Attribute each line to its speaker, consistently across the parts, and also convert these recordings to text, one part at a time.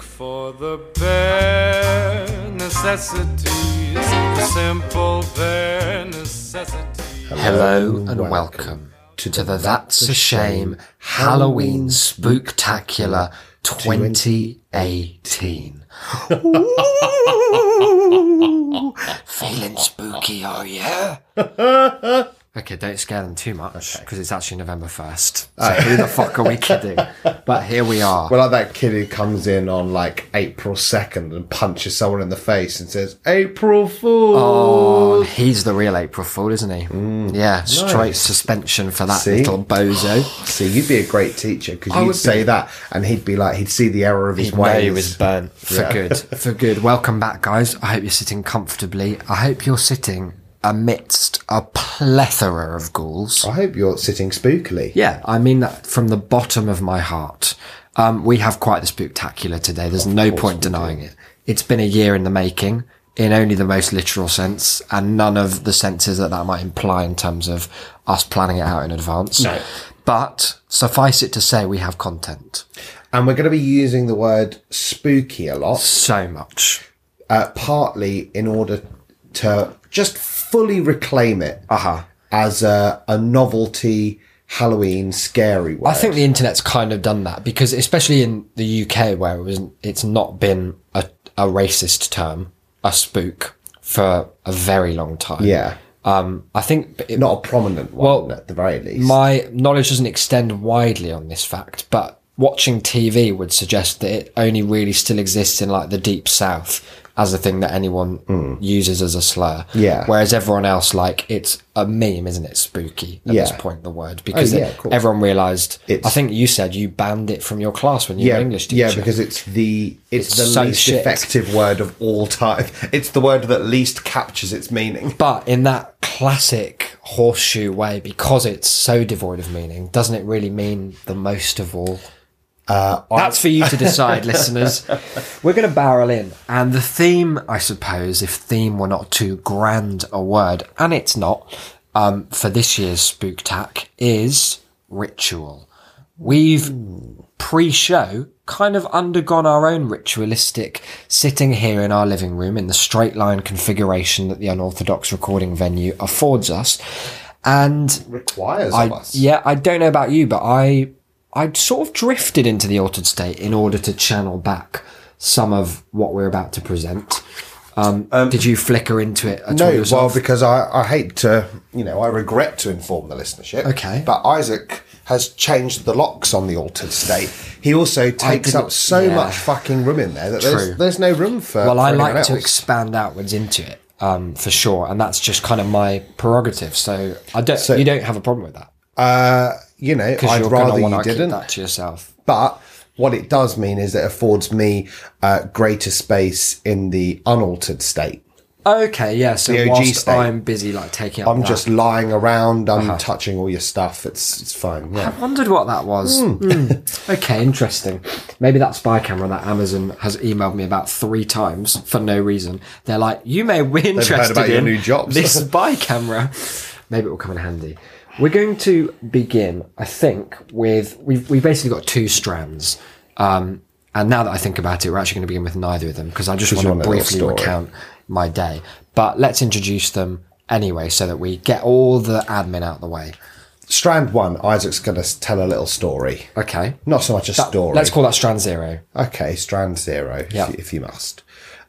Speaker 1: for the bare necessities, the simple bare necessities.
Speaker 2: Hello and welcome to the That's a Shame Halloween Spooktacular 2018. Ooh, feeling spooky, are you? Okay, don't scare them too much because it's actually November 1st. So who the fuck are we kidding? But here we are.
Speaker 3: We're like that kid who comes in on like April 2nd and punches someone in the face and says, April Fool.
Speaker 2: Oh, he's the real April Fool, isn't he? yeah, straight suspension for that
Speaker 3: See?
Speaker 2: little bozo.
Speaker 3: See, you'd be a great teacher because
Speaker 2: would
Speaker 3: you'd
Speaker 2: be.
Speaker 3: say that and he'd be like, he'd see the error of his
Speaker 2: Way
Speaker 3: ways.
Speaker 2: was burnt for
Speaker 3: Yeah.
Speaker 2: good. For good. Welcome back, guys. I hope you're sitting comfortably. I hope you're sitting amidst a plethora of ghouls.
Speaker 3: I hope you're sitting spookily.
Speaker 2: Yeah, I mean that from the bottom of my heart. Um, we have quite the spectacular today. There's no point denying it. It's been a year in the making, in only the most literal sense, and none of the senses that that might imply in terms of us planning it out in advance.
Speaker 3: No.
Speaker 2: But suffice it to say, we have content.
Speaker 3: And we're going to be using the word spooky a lot,
Speaker 2: So much.
Speaker 3: uh, partly in order to just fully reclaim it
Speaker 2: Uh-huh.
Speaker 3: as a, a novelty Halloween scary word.
Speaker 2: I think the internet's kind of done that because, especially in the UK, where it was, it's not been a, a racist term, a spook, for a very long time.
Speaker 3: Yeah.
Speaker 2: Um, I think it,
Speaker 3: Not a prominent one
Speaker 2: Well,
Speaker 3: at the very least.
Speaker 2: my knowledge doesn't extend widely on this fact, but watching TV would suggest that it only really still exists in like the deep south as a thing that anyone uses as a slur.
Speaker 3: Hmm. Yeah.
Speaker 2: Whereas everyone else, like, it's a meme, isn't it? Spooky at this
Speaker 3: Yeah. Oh,
Speaker 2: point, the word because
Speaker 3: yeah,
Speaker 2: it-
Speaker 3: of course.
Speaker 2: everyone realised.
Speaker 3: It's-
Speaker 2: I think you said you banned it from your class when you were English teacher.
Speaker 3: Yeah, because it's the it's,
Speaker 2: It's
Speaker 3: the
Speaker 2: so
Speaker 3: least
Speaker 2: shit.
Speaker 3: effective word of all time. It's the word that least captures its meaning.
Speaker 2: But in that classic horseshoe way, because it's so devoid of meaning, doesn't it really mean the most of all? That's for you to decide, listeners. We're going to barrel in. And the theme, I suppose, if theme were not too grand a word, and it's not, um, for this year's Spooktac is ritual. We've pre show kind of undergone our own ritualistic sitting here in our living room in the straight line configuration that the unorthodox recording venue affords us. And
Speaker 3: Requires of
Speaker 2: I,
Speaker 3: us.
Speaker 2: yeah, I don't know about you, but I I sort of drifted into the altered state in order to channel back some of what we're about to present. Um, did you flicker into it at all
Speaker 3: No, well,
Speaker 2: yourself?
Speaker 3: because I, I hate to, you know, I regret to inform the listenership.
Speaker 2: Okay.
Speaker 3: But Isaac has changed the locks on the altered state. He also takes
Speaker 2: didn't-
Speaker 3: up so
Speaker 2: yeah.
Speaker 3: much fucking room in there that
Speaker 2: True.
Speaker 3: there's, there's no room for.
Speaker 2: well,
Speaker 3: for
Speaker 2: I
Speaker 3: anyone
Speaker 2: like to
Speaker 3: else.
Speaker 2: expand outwards into it um, for sure, and that's just kind of my prerogative. So I don't, you don't have a problem with that
Speaker 3: Uh, you know,
Speaker 2: because
Speaker 3: I'd
Speaker 2: you're going
Speaker 3: rather
Speaker 2: to want
Speaker 3: you
Speaker 2: to keep
Speaker 3: didn't.
Speaker 2: that to yourself.
Speaker 3: But what it does mean is it affords me uh, greater space in the unaltered state.
Speaker 2: Okay, yeah. So
Speaker 3: The OG
Speaker 2: whilst
Speaker 3: state.
Speaker 2: I'm busy like taking, up
Speaker 3: I'm
Speaker 2: that-
Speaker 3: just lying around. I'm
Speaker 2: Uh-huh.
Speaker 3: touching all your stuff. It's it's fine. Yeah.
Speaker 2: I wondered what that was.
Speaker 3: Hmm.
Speaker 2: Mm. Okay, interesting. Maybe that spy camera that Amazon has emailed me about three times for no reason. They're like, you may be interested
Speaker 3: about
Speaker 2: in
Speaker 3: your new jobs."
Speaker 2: this spy camera. Maybe it will come in handy. We're going to begin, I think, with we've we've basically got two strands. Um, and now that I think about it, we're actually going to begin with neither of them because I just
Speaker 3: you
Speaker 2: want
Speaker 3: want
Speaker 2: to
Speaker 3: a little
Speaker 2: briefly
Speaker 3: story.
Speaker 2: recount my day. But let's introduce them anyway so that we get all the admin out the way.
Speaker 3: Strand one. Isaac's going to tell a little story.
Speaker 2: Okay.
Speaker 3: Not so much a story.
Speaker 2: Let's call that strand zero.
Speaker 3: okay. Strand zero.
Speaker 2: Yeah. Uh-huh.
Speaker 3: If, if you must.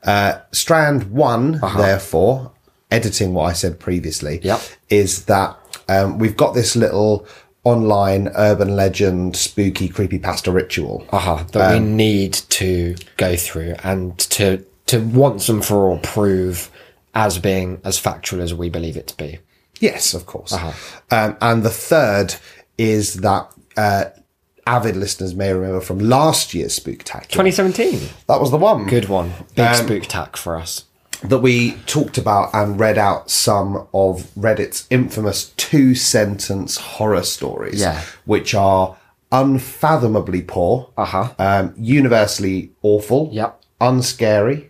Speaker 3: Uh, strand one. Therefore, editing what I said previously.
Speaker 2: Yep.
Speaker 3: Is that um, we've got this little online urban legend spooky creepy pasta ritual.
Speaker 2: uh-huh, that we need to go through and to to once and for all prove as being as factual as we believe it to be.
Speaker 3: Yes, of course.
Speaker 2: Uh-huh.
Speaker 3: Um, and the third is that uh, avid listeners may remember from last year's Spooktacular.
Speaker 2: 2017.
Speaker 3: that was the one
Speaker 2: Good one. Big spook tack for us.
Speaker 3: that we talked about and read out some of Reddit's infamous two sentence horror stories,
Speaker 2: Yeah.
Speaker 3: which are unfathomably poor,
Speaker 2: Uh-huh.
Speaker 3: um, universally awful,
Speaker 2: Yep.
Speaker 3: unscary.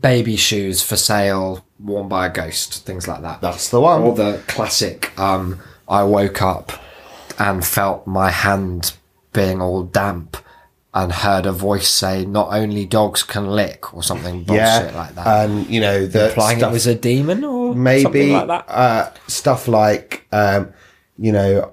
Speaker 2: Baby shoes for sale, worn by a ghost, things like that.
Speaker 3: That's the one.
Speaker 2: Or the classic um I woke up and felt my hand being all damp and heard a voice say, "Not only dogs can lick" or something bullshit like that,
Speaker 3: And you know, the
Speaker 2: implying
Speaker 3: stuff-
Speaker 2: it was a demon or
Speaker 3: maybe
Speaker 2: something like that.
Speaker 3: uh, stuff like um, you know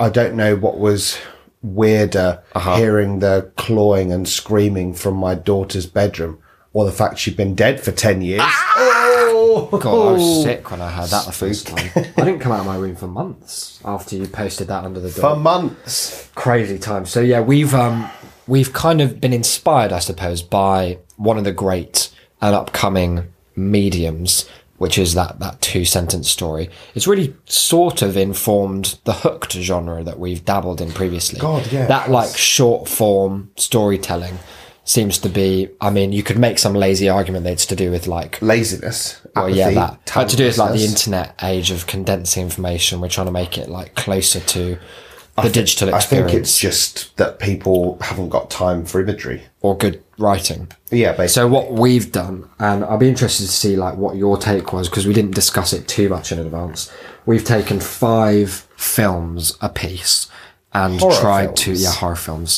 Speaker 3: i don't know what was weirder
Speaker 2: Uh-huh.
Speaker 3: hearing the clawing and screaming from my daughter's bedroom or the fact she'd been dead for 10 years
Speaker 2: Ah!
Speaker 3: oh!
Speaker 2: God, I was sick when I heard that the first time. I didn't come out of my room for months after you posted that under the door.
Speaker 3: for months
Speaker 2: crazy time. So yeah, we've um we've kind of been inspired, I suppose, by one of the great and upcoming mediums, which is that that two sentence story. It's really sort of informed the hooked genre that we've dabbled in previously.
Speaker 3: God, yeah.
Speaker 2: That like short form storytelling seems to be. I mean, you could make some lazy argument that it's to do with like
Speaker 3: laziness
Speaker 2: well, yeah,
Speaker 3: apathy,
Speaker 2: that had to do with like the
Speaker 3: timelessness.
Speaker 2: internet age of condensing information. We're trying to make it like closer to the digital
Speaker 3: i
Speaker 2: experience
Speaker 3: think it's just that people haven't got time for imagery
Speaker 2: or good writing.
Speaker 3: yeah basically
Speaker 2: So what we've done, and I'll be interested to see like what your take was because we didn't discuss it too much in advance. We've taken five films a piece and
Speaker 3: Horror
Speaker 2: tried to
Speaker 3: films.
Speaker 2: yeah horror films.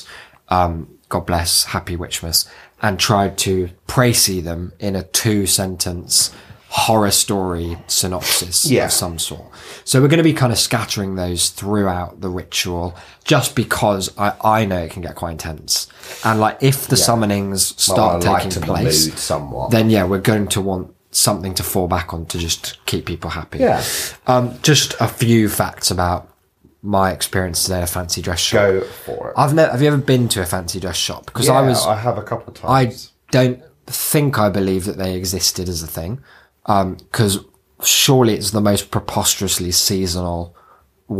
Speaker 2: Um, God bless, Happy Witchmas, and tried to précis them in a two sentence horror story synopsis
Speaker 3: Yeah.
Speaker 2: of some sort. So we're going to be kind of scattering those throughout the ritual, just because I I know it can get quite intense, and like if the summonings start taking
Speaker 3: Well, I lighten the mood
Speaker 2: place,
Speaker 3: somewhat
Speaker 2: then yeah, we're going to want something to fall back on to just keep people happy.
Speaker 3: Yeah.
Speaker 2: Um, just a few facts about my experience today at a fancy dress shop.
Speaker 3: go for it
Speaker 2: I've never. Have you ever been to a fancy dress shop? Because I
Speaker 3: Yeah,
Speaker 2: was.
Speaker 3: i have a couple of
Speaker 2: I
Speaker 3: times
Speaker 2: don't think I believe that they existed as a thing, because surely it's the most preposterously seasonal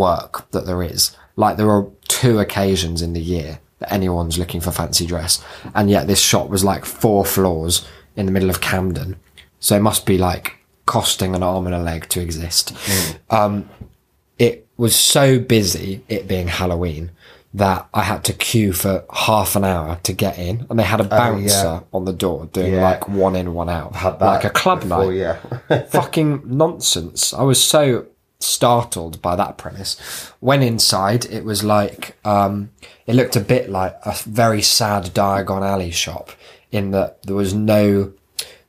Speaker 2: work that there is. Like there are two occasions in the year that anyone's looking for fancy dress, and yet this shop was like four floors in the middle of Camden, so it must be like costing an arm and a leg to exist
Speaker 3: Mm.
Speaker 2: it was so busy, it being Halloween, that I had to queue for half an hour to get in, and they had a bouncer on the door doing
Speaker 3: Oh, Yeah.
Speaker 2: like one in, one out,
Speaker 3: Had that
Speaker 2: like a club night.
Speaker 3: before, yeah
Speaker 2: Fucking nonsense! I was so startled by that premise. When inside, it was like um, it looked a bit like a very sad Diagon Alley shop, in that there was no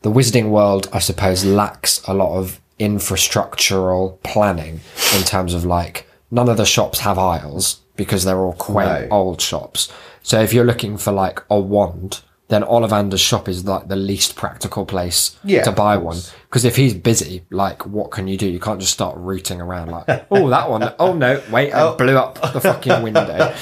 Speaker 2: the Wizarding World, I suppose, lacks a lot of infrastructural planning in terms of like none of the shops have aisles because they're all quaint
Speaker 3: No.
Speaker 2: old shops. So if you're looking for like a wand, then Ollivander's shop is like the least practical place
Speaker 3: Yeah,
Speaker 2: to
Speaker 3: of
Speaker 2: buy one. Because if he's busy, like what can you do? You can't just start rooting around like, oh that one, oh no, wait, I blew up the fucking window.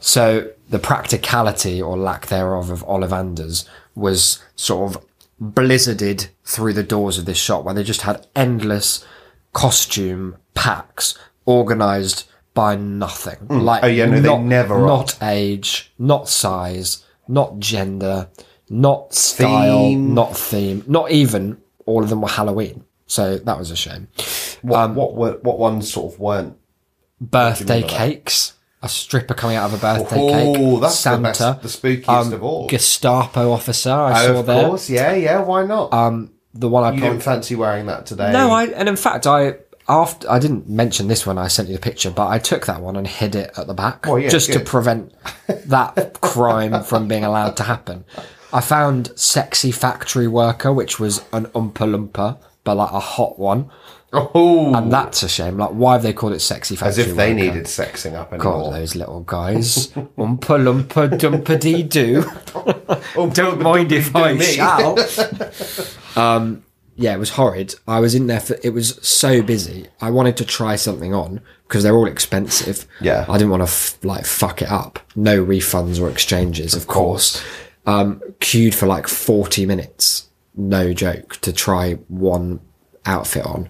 Speaker 2: so the practicality or lack thereof of Ollivander's was sort of blizzarded through the doors of this shop where they just had endless costume packs organized by nothing. Like
Speaker 3: Oh, yeah, no, they
Speaker 2: not,
Speaker 3: never are.
Speaker 2: not age, not size, not gender, not style,
Speaker 3: Theme.
Speaker 2: not theme, not even all of them were Halloween. So that was a shame. Um,
Speaker 3: What, what were what ones sort of weren't?
Speaker 2: Birthday cakes. A stripper coming out of a birthday cake.
Speaker 3: Oh, that's
Speaker 2: Santa,
Speaker 3: the
Speaker 2: Um,
Speaker 3: best- the spookiest of all.
Speaker 2: Gestapo officer. I saw
Speaker 3: of
Speaker 2: there. Um,
Speaker 3: course, yeah, yeah. Why not?
Speaker 2: The one I
Speaker 3: you
Speaker 2: put-
Speaker 3: didn't fancy wearing that today?
Speaker 2: No, I and in fact I after I didn't mention this when I sent you the picture, but I took that one and hid it at the back
Speaker 3: Well, Oh, yeah,
Speaker 2: just to
Speaker 3: good.
Speaker 2: prevent that crime from being allowed to happen. I found sexy factory worker, which was an umpa lumpa, but like a hot one.
Speaker 3: Oh,
Speaker 2: And that's a shame. Like, why have they called it sexy factory?
Speaker 3: as if they
Speaker 2: worker?
Speaker 3: needed sexing up
Speaker 2: God,
Speaker 3: anymore.
Speaker 2: those little guys. Umpa lumpa dumpa dee doo.
Speaker 3: Oh,
Speaker 2: Don't mind if I
Speaker 3: me.
Speaker 2: shall. um, yeah, it was horrid. I was in there for it was so busy. I wanted to try something on because they're all expensive.
Speaker 3: Yeah.
Speaker 2: I didn't want to f- like fuck it up. No refunds or exchanges, of, course. Um, queued for like forty minutes, no joke, to try one outfit on,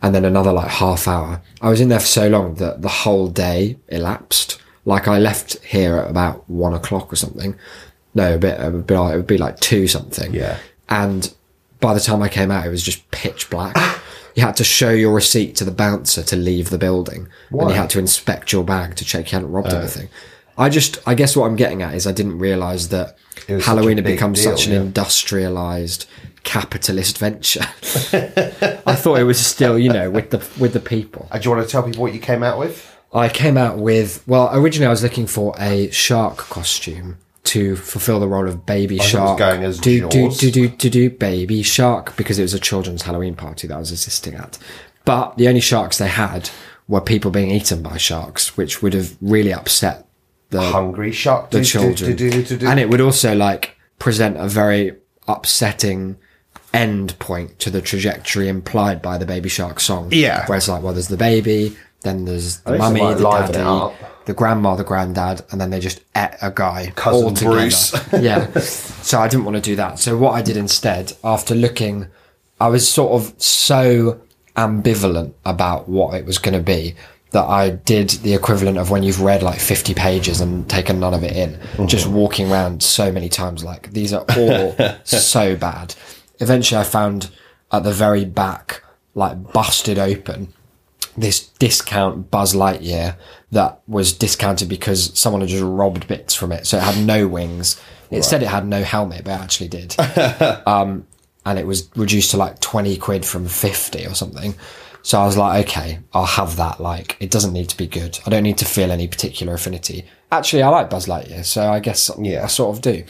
Speaker 2: and then another like half hour. I was in there for so long that the whole day elapsed. Like I left here at about one o'clock or something. No, a bit. It would be like, it would be like two something.
Speaker 3: Yeah.
Speaker 2: And by the time I came out, it was just pitch black. you had to show your receipt to the bouncer to leave the building, and you had to inspect your bag to check you hadn't
Speaker 3: Oh.
Speaker 2: robbed anything. I just, I guess what I'm getting at is I didn't realise that
Speaker 3: was such
Speaker 2: Halloween
Speaker 3: a
Speaker 2: had
Speaker 3: big
Speaker 2: become
Speaker 3: deal,
Speaker 2: such an
Speaker 3: yeah.
Speaker 2: industrialised capitalist venture. I thought it was still, you know, with the with the people.
Speaker 3: Uh, Do you want to tell people what you came out with?
Speaker 2: I came out with well, originally I was looking for a shark costume to fulfill the role of baby
Speaker 3: it was
Speaker 2: shark.
Speaker 3: going as
Speaker 2: do, do
Speaker 3: Jaws.
Speaker 2: do do do do baby shark because it was a children's Halloween party that I was assisting at. But the only sharks they had were people being eaten by sharks, which would have really upset the
Speaker 3: Hungry shark.
Speaker 2: the children. And it would also like present a very upsetting end point to the trajectory implied by the Baby Shark song.
Speaker 3: Yeah.
Speaker 2: Where it's like, well, there's the baby, then there's the
Speaker 3: least it
Speaker 2: mummy,
Speaker 3: might
Speaker 2: the
Speaker 3: liven it
Speaker 2: daddy,
Speaker 3: up.
Speaker 2: the grandma, the granddad, and then they just ate a guy
Speaker 3: Cousin
Speaker 2: all together.
Speaker 3: Bruce.
Speaker 2: yeah. So I didn't want to do that. So what I did instead, after looking, I was sort of so ambivalent about what it was going to be that I did the equivalent of when you've read like 50 pages and taken none of it in,
Speaker 3: Mm-hmm.
Speaker 2: just walking around so many times. Like these are all so bad. Eventually I found at the very back, like busted open this discount Buzz Lightyear that was discounted because someone had just robbed bits from it. So it had no wings. It said it had no helmet, but it actually did. um, and it was reduced to like 20 quid from 50 or something. So I was like, okay, I'll have that. Like, it doesn't need to be good. I don't need to feel any particular affinity. Actually, I like Buzz Lightyear, so I guess
Speaker 3: Yeah.
Speaker 2: I sort of do.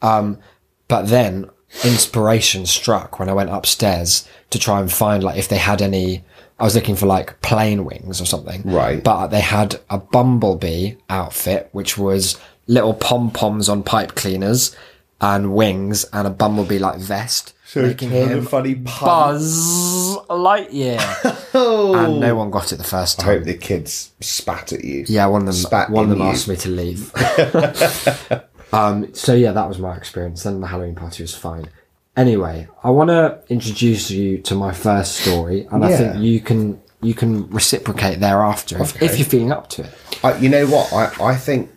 Speaker 2: But then inspiration struck when I went upstairs to try and find like if they had any. I was looking for like plane wings or something.
Speaker 3: Right.
Speaker 2: But they had a bumblebee outfit, which was little pom poms on pipe cleaners and wings and a bumblebee like vest. making him
Speaker 3: funny pun.
Speaker 2: Buzz Lightyear. and no one got it the first
Speaker 3: I
Speaker 2: time.
Speaker 3: hope the kids spat at you.
Speaker 2: Yeah, one of them.
Speaker 3: Spat
Speaker 2: one of
Speaker 3: in
Speaker 2: them
Speaker 3: you.
Speaker 2: asked me to leave. um, so yeah, that was my experience. Then the Halloween party was fine. Anyway, I want to introduce you to my first story, and I think
Speaker 3: Yeah.
Speaker 2: you can you can reciprocate thereafter if, if you're feeling up to it.
Speaker 3: I, you know what? I, I think.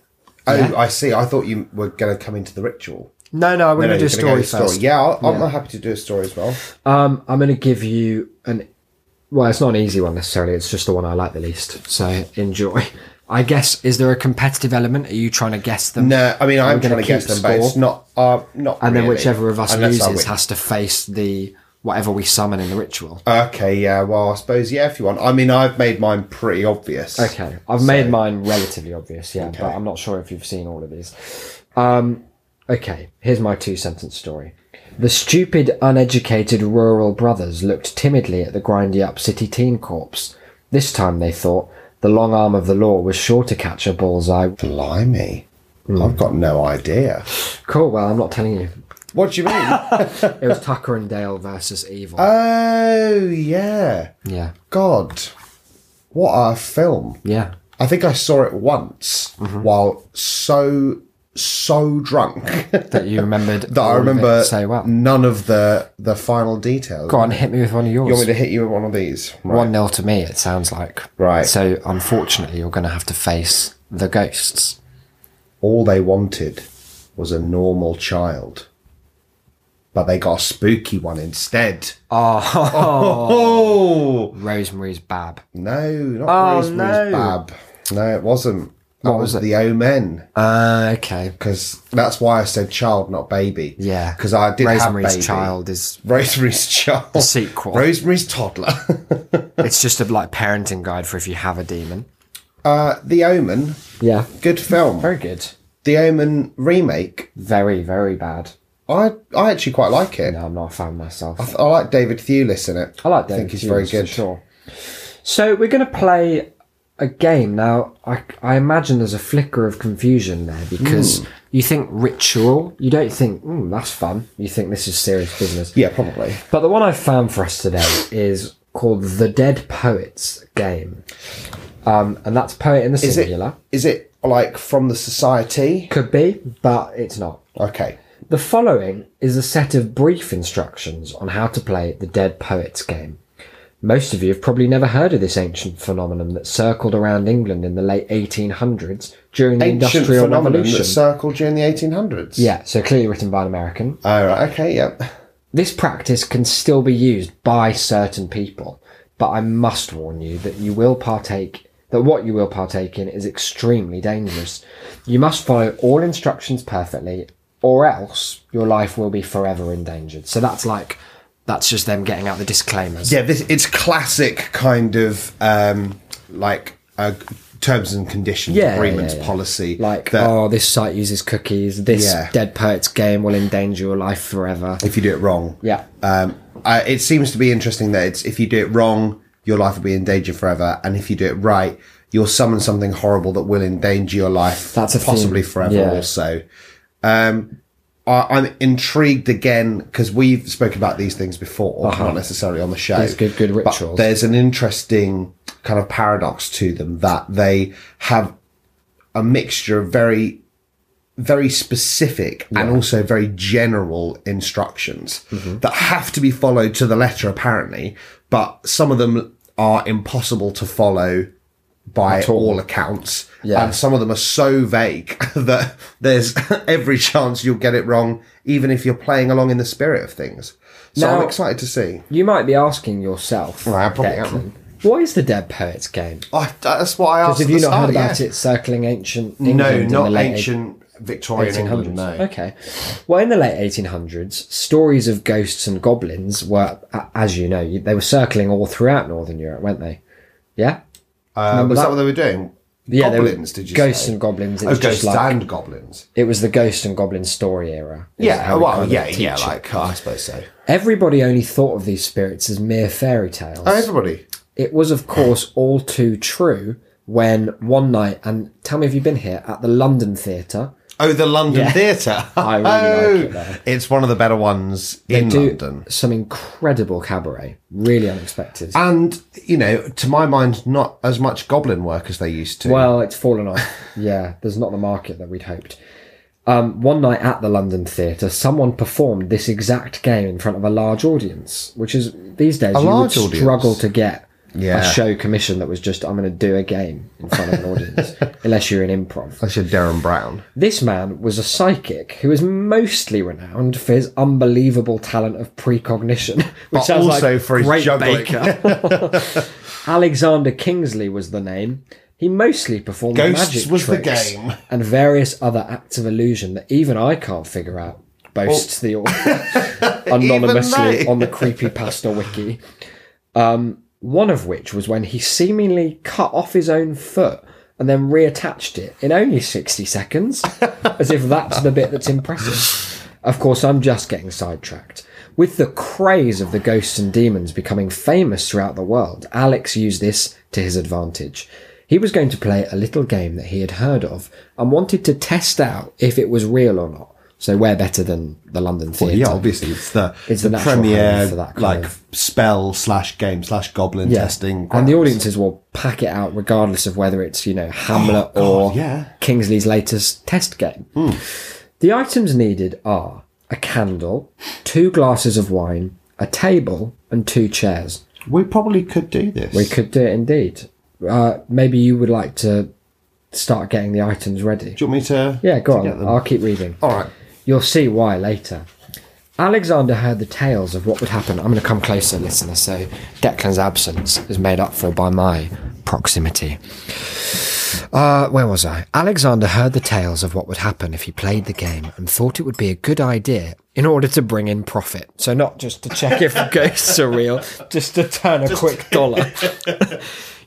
Speaker 3: Oh, I see. I thought you were going to come into the ritual.
Speaker 2: No, no, I'm going to do a
Speaker 3: you're gonna
Speaker 2: story
Speaker 3: go
Speaker 2: first.
Speaker 3: Yeah, I'll, I'm happy to do a story as well.
Speaker 2: Um, I'm going to give you an. Well, it's not an easy one necessarily. It's just the one I like the least. So enjoy. I guess is there a competitive element? Are you trying to guess them?
Speaker 3: No, I mean I'm,
Speaker 2: gonna
Speaker 3: trying to guess
Speaker 2: keep
Speaker 3: them, but it's
Speaker 2: score.
Speaker 3: not. Uh, not.
Speaker 2: and then
Speaker 3: really,
Speaker 2: whichever of us
Speaker 3: unless I
Speaker 2: loses
Speaker 3: win.
Speaker 2: has to face the whatever we summon in the ritual.
Speaker 3: Okay. Yeah. Well, I suppose. Yeah. If you want. I mean, I've made mine pretty obvious.
Speaker 2: Okay, I've made mine relatively obvious, yeah, but I'm not sure if you've seen all of these. Um, okay, here's my two sentence story. The stupid, uneducated rural brothers looked timidly at the grindy up city teen corpse. This time they thought the long arm of the law was sure to catch a bullseye.
Speaker 3: Blimey.
Speaker 2: Hmm.
Speaker 3: I've got no idea.
Speaker 2: Cool, well, I'm not telling you.
Speaker 3: What do you mean?
Speaker 2: It was Tucker and Dale versus Evil.
Speaker 3: Uh, oh yeah.
Speaker 2: yeah,
Speaker 3: God. What a film.
Speaker 2: yeah.
Speaker 3: I think I saw it once
Speaker 2: Mm-hmm.
Speaker 3: while so so drunk that
Speaker 2: That you remembered. all
Speaker 3: I
Speaker 2: of it
Speaker 3: remember
Speaker 2: so well.
Speaker 3: none of the the final details.
Speaker 2: Go on, hit me with one of yours.
Speaker 3: You want me to hit you with one of these? Right.
Speaker 2: One nil to me, it sounds like.
Speaker 3: Right.
Speaker 2: So unfortunately, you're going to have to face the ghosts.
Speaker 3: All they wanted was a normal child, but they got a spooky one instead. Oh,
Speaker 2: Rosemary's Bab.
Speaker 3: no, not
Speaker 2: Oh,
Speaker 3: Rosemary's
Speaker 2: no.
Speaker 3: Bab. No, it wasn't. That
Speaker 2: What
Speaker 3: was,
Speaker 2: was it?
Speaker 3: the Omen.
Speaker 2: Uh, okay.
Speaker 3: Because that's why I said child, not baby.
Speaker 2: Yeah.
Speaker 3: Because I did
Speaker 2: Rosemary's
Speaker 3: have baby.
Speaker 2: Child is.
Speaker 3: Rosemary's Child. The
Speaker 2: sequel.
Speaker 3: Rosemary's Toddler.
Speaker 2: It's just a like parenting guide for if you have a demon.
Speaker 3: uh, the Omen.
Speaker 2: Yeah.
Speaker 3: Good film.
Speaker 2: Very good.
Speaker 3: The Omen remake.
Speaker 2: Very very bad.
Speaker 3: I I actually quite like it.
Speaker 2: No, I'm not a fan myself.
Speaker 3: I like David Thewlis in it.
Speaker 2: I like David
Speaker 3: I think he's
Speaker 2: Hughes,
Speaker 3: very good.
Speaker 2: For sure. So we're going to play a game now. I, I imagine there's a flicker of confusion there because
Speaker 3: Hmm.
Speaker 2: you think ritual, you don't think mm, that's fun. You think this is serious business.
Speaker 3: Yeah, probably.
Speaker 2: But the one I found for us today is called the Dead Poets Game, um, and that's poet in the
Speaker 3: Is it? Is
Speaker 2: singular.
Speaker 3: it like from the society?
Speaker 2: Could be, but it's not.
Speaker 3: Okay.
Speaker 2: The following is a set of brief instructions on how to play the Dead Poets game. Most of you have probably never heard of this ancient phenomenon that circled around England in the late 1800s during the
Speaker 3: Ancient
Speaker 2: Industrial
Speaker 3: phenomenon
Speaker 2: Revolution.
Speaker 3: that circled during the 1800s.
Speaker 2: yeah, so clearly written by an American.
Speaker 3: Oh, right. Okay. Yep.
Speaker 2: This practice can still be used by certain people, but I must warn you that you will partake that what you will partake in is extremely dangerous. You must follow all instructions perfectly or else your life will be forever endangered. So that's like that's just them getting out the disclaimers.
Speaker 3: Yeah. This it's classic kind of um, like a terms and conditions
Speaker 2: Yeah,
Speaker 3: agreements
Speaker 2: yeah, yeah.
Speaker 3: policy
Speaker 2: Like,
Speaker 3: that
Speaker 2: oh, this site uses cookies. This
Speaker 3: Yeah.
Speaker 2: Dead Poets game will endanger your life forever.
Speaker 3: if you do it wrong.
Speaker 2: Yeah.
Speaker 3: Um, I, it seems to be interesting that it's if you do it wrong, your life will be in danger forever, and if you do it right, you'll summon something horrible that will endanger your life.
Speaker 2: That's a
Speaker 3: possibly
Speaker 2: theme.
Speaker 3: forever
Speaker 2: Yeah.
Speaker 3: or so. Um, I, I'm intrigued again because we've spoken about these things before, not necessarily on the show.
Speaker 2: Uh-huh. There's good- good
Speaker 3: but
Speaker 2: rituals.
Speaker 3: there's an interesting kind of paradox to them that they have a mixture of very very specific and also very general instructions that have to be followed to the letter apparently but some of them are impossible to follow by all. accounts
Speaker 2: Yeah.
Speaker 3: and some of them are so vague that there's every chance you'll get it wrong even if you're playing along in the spirit of things so i'm
Speaker 2: Now-
Speaker 3: excited to see
Speaker 2: You might be asking yourself,
Speaker 3: Well, I probably
Speaker 2: Declan,
Speaker 3: am.
Speaker 2: what is the Dead Poets game?
Speaker 3: I, that's what i asked
Speaker 2: Have you not heard about it circling ancient England? in
Speaker 3: no
Speaker 2: the
Speaker 3: not
Speaker 2: late
Speaker 3: ancient victorian
Speaker 2: 1800s.
Speaker 3: england no
Speaker 2: Okay. Well, in the late 1800s, stories of ghosts and goblins were, a- as you know, you- they were circling all throughout Northern Europe, weren't they? Yeah.
Speaker 3: Uh, was that?
Speaker 2: that?
Speaker 3: what they were doing?
Speaker 2: Yeah, they were
Speaker 3: goblins. did you
Speaker 2: ghosts
Speaker 3: say?
Speaker 2: and goblins? It
Speaker 3: oh,
Speaker 2: was
Speaker 3: ghosts
Speaker 2: just like
Speaker 3: and goblins.
Speaker 2: it was the ghost and goblin story era. is how
Speaker 3: Yeah,
Speaker 2: we
Speaker 3: well,
Speaker 2: kind of
Speaker 3: yeah,
Speaker 2: teach
Speaker 3: yeah.
Speaker 2: it.
Speaker 3: Like I suppose so.
Speaker 2: everybody only thought of these spirits as mere fairy tales.
Speaker 3: Oh, everybody.
Speaker 2: It was, of course, all too true when one night, and tell me if you've been here, at the London Theatre,
Speaker 3: Oh, the London Theatre. Oh,
Speaker 2: I really like it there.
Speaker 3: It's one of the better ones in
Speaker 2: do
Speaker 3: London. Ah.
Speaker 2: some incredible cabaret. Really unexpected.
Speaker 3: And you know, to my mind, not as much goblin work as they used to.
Speaker 2: Well, it's fallen off. yeah, there's not the market that we'd hoped. Um, one night at the London Theatre, someone performed this exact game in front of a large audience, which is these days you
Speaker 3: large
Speaker 2: would
Speaker 3: audience?
Speaker 2: struggle to get
Speaker 3: Yeah.
Speaker 2: a show commission that was just I'm going to do a game in front of an audience, unless you're in improv.
Speaker 3: I said Darren Brown.
Speaker 2: This man was a psychic who is mostly renowned for his unbelievable talent of precognition, which
Speaker 3: But
Speaker 2: sounds like
Speaker 3: also for his
Speaker 2: great
Speaker 3: juggling.
Speaker 2: baker. Alexander Kingsley was the name. He mostly performed
Speaker 3: Ghosts
Speaker 2: magic
Speaker 3: was the
Speaker 2: tricks
Speaker 3: game.
Speaker 2: and various other acts of illusion that even I can't figure out. Boasts the author anonymously
Speaker 3: they.
Speaker 2: on the creepy pasta wiki. One of which was when he seemingly cut off his own foot and then reattached it in only 60 seconds, as if that's the bit that's impressive. Of course, I'm just getting sidetracked. With the craze of the ghosts and demons becoming famous throughout the world, Alex used this to his advantage. He was going to play a little game that he had heard of and wanted to test out if it was real or not. So, where better than the London Theatre?
Speaker 3: Yeah, obviously it's the
Speaker 2: It's the
Speaker 3: the,
Speaker 2: natural
Speaker 3: premier
Speaker 2: home for that kind
Speaker 3: like
Speaker 2: of-
Speaker 3: spell slash game slash goblin
Speaker 2: Yeah.
Speaker 3: testing,
Speaker 2: And the
Speaker 3: grounds.
Speaker 2: audiences will pack it out regardless of whether it's, you know, Hamlet or
Speaker 3: Oh, yeah. Hmm.
Speaker 2: Kingsley's latest test game. The items needed are a candle, two glasses of wine, a table, and two chairs.
Speaker 3: We probably could do this.
Speaker 2: We could do it indeed. Uh, maybe you would like to start getting the items ready.
Speaker 3: Do you want me to?
Speaker 2: Yeah, go
Speaker 3: to get
Speaker 2: on.
Speaker 3: them?
Speaker 2: I'll keep reading.
Speaker 3: All right.
Speaker 2: You'll see why later. Alexander heard the tales of what would happen. I'm going to come closer, listener, so Declan's absence is made up for by my proximity. Uh, where was I? Alexander heard the tales of what would happen if he played the game and thought it would be a good idea in order to bring in profit. So, not just to check if ghosts are real, just to turn a quick dollar.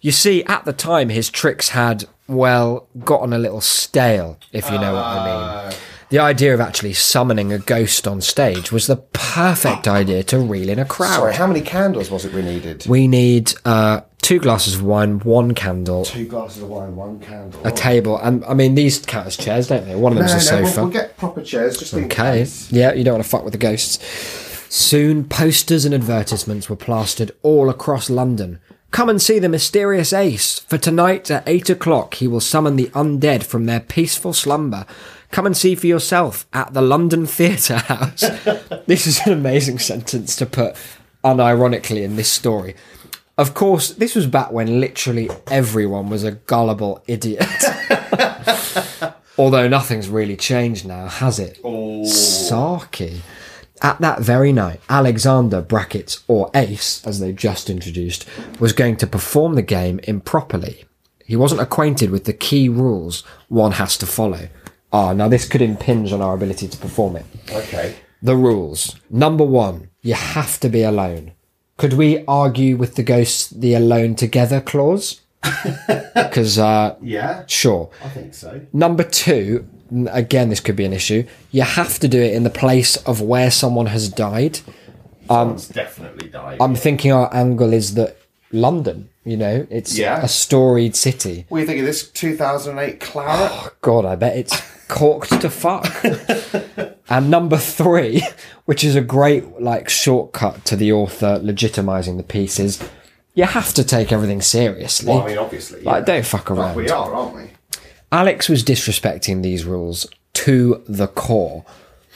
Speaker 2: you see, at the time, his tricks had, well, gotten a little stale, if you know what I mean. The idea of actually summoning a ghost on stage was the perfect idea to reel in a crowd.
Speaker 3: Sorry, how many candles was it we needed?
Speaker 2: We need uh, two glasses of wine, one candle,
Speaker 3: Two glasses of wine, one candle.
Speaker 2: a table, and I mean these count as chairs, don't they? One of them's
Speaker 3: no,
Speaker 2: a
Speaker 3: no, we'll,
Speaker 2: sofa.
Speaker 3: we'll get proper chairs just in
Speaker 2: okay.
Speaker 3: case.
Speaker 2: Yeah, you don't want to fuck with the ghosts. Soon, posters and advertisements were plastered all across London. Come and see the mysterious ace, for tonight at 8 o'clock he will summon the undead from their peaceful slumber. Come and see for yourself at the London Theatre House. this is an amazing sentence to put unironically in this story. Of course, this was back when literally everyone was a gullible idiot. Although nothing's really changed now, has it? Saki. At that very night, Alexander brackets or Ace, as they've just introduced, was going to perform the game improperly. He wasn't acquainted with the key rules one has to follow. Ah, now this could impinge on our ability to perform it.
Speaker 3: Okay.
Speaker 2: The rules. Number one, you have to be alone. Could we argue with the ghosts the alone together clause? because uh,
Speaker 3: Yeah,
Speaker 2: sure.
Speaker 3: I think so.
Speaker 2: Number two, n- again, this could be an issue. You have to do it in the place of where someone has died.
Speaker 4: Someone's definitely died.
Speaker 2: I'm thinking our angle is that London, you know, it's
Speaker 4: Yeah.
Speaker 2: a storied city. Oh,
Speaker 3: What do you think of this 2008 claret?
Speaker 2: God, I bet it's corked to fuck. and number three, which is a great like shortcut to the author legitimizing the piece, is you have to take everything seriously.
Speaker 4: Well, I mean, obviously.
Speaker 2: Oh. like,
Speaker 4: yeah.
Speaker 2: don't fuck
Speaker 4: But
Speaker 2: around.
Speaker 4: we are, aren't we?
Speaker 2: Alex was disrespecting these rules to the core,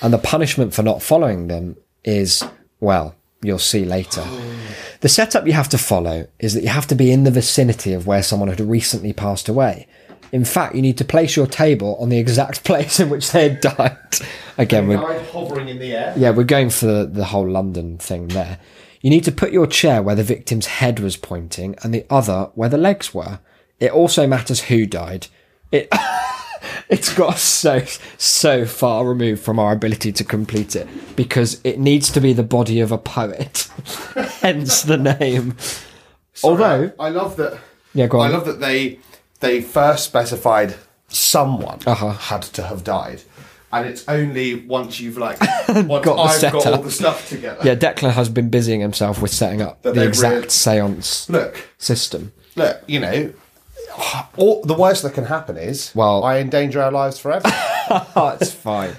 Speaker 2: and the punishment for not following them is, well, you'll see later. The setup you have to follow is that you have to be in the vicinity of where someone had recently passed away. In fact, you need to place your table on the exact place in which they had died. Again, we're,
Speaker 4: Died hovering in the air.
Speaker 2: yeah, we're going for the, the whole London thing there. You need to put your chair where the victim's head was pointing and the other where the legs were. It also matters who died. It it's got so so far removed from our ability to complete it because it needs to be the body of a poet. Hence the name. Although
Speaker 3: I love that.
Speaker 2: Yeah, go on.
Speaker 3: I love that they they first specified someone
Speaker 2: Uh-huh.
Speaker 3: had to have died, and it's only once you've like
Speaker 2: Got
Speaker 3: once
Speaker 2: the
Speaker 3: I've got all
Speaker 2: setup.
Speaker 3: the stuff together.
Speaker 2: yeah, Declan has been busying himself with setting up
Speaker 3: That
Speaker 2: the
Speaker 3: they
Speaker 2: exact
Speaker 3: really-
Speaker 2: séance
Speaker 3: Look,
Speaker 2: system.
Speaker 3: look. You know, all, the worst that can happen is
Speaker 2: Well-
Speaker 3: I endanger our lives forever.
Speaker 2: Oh, it's fine. Uh,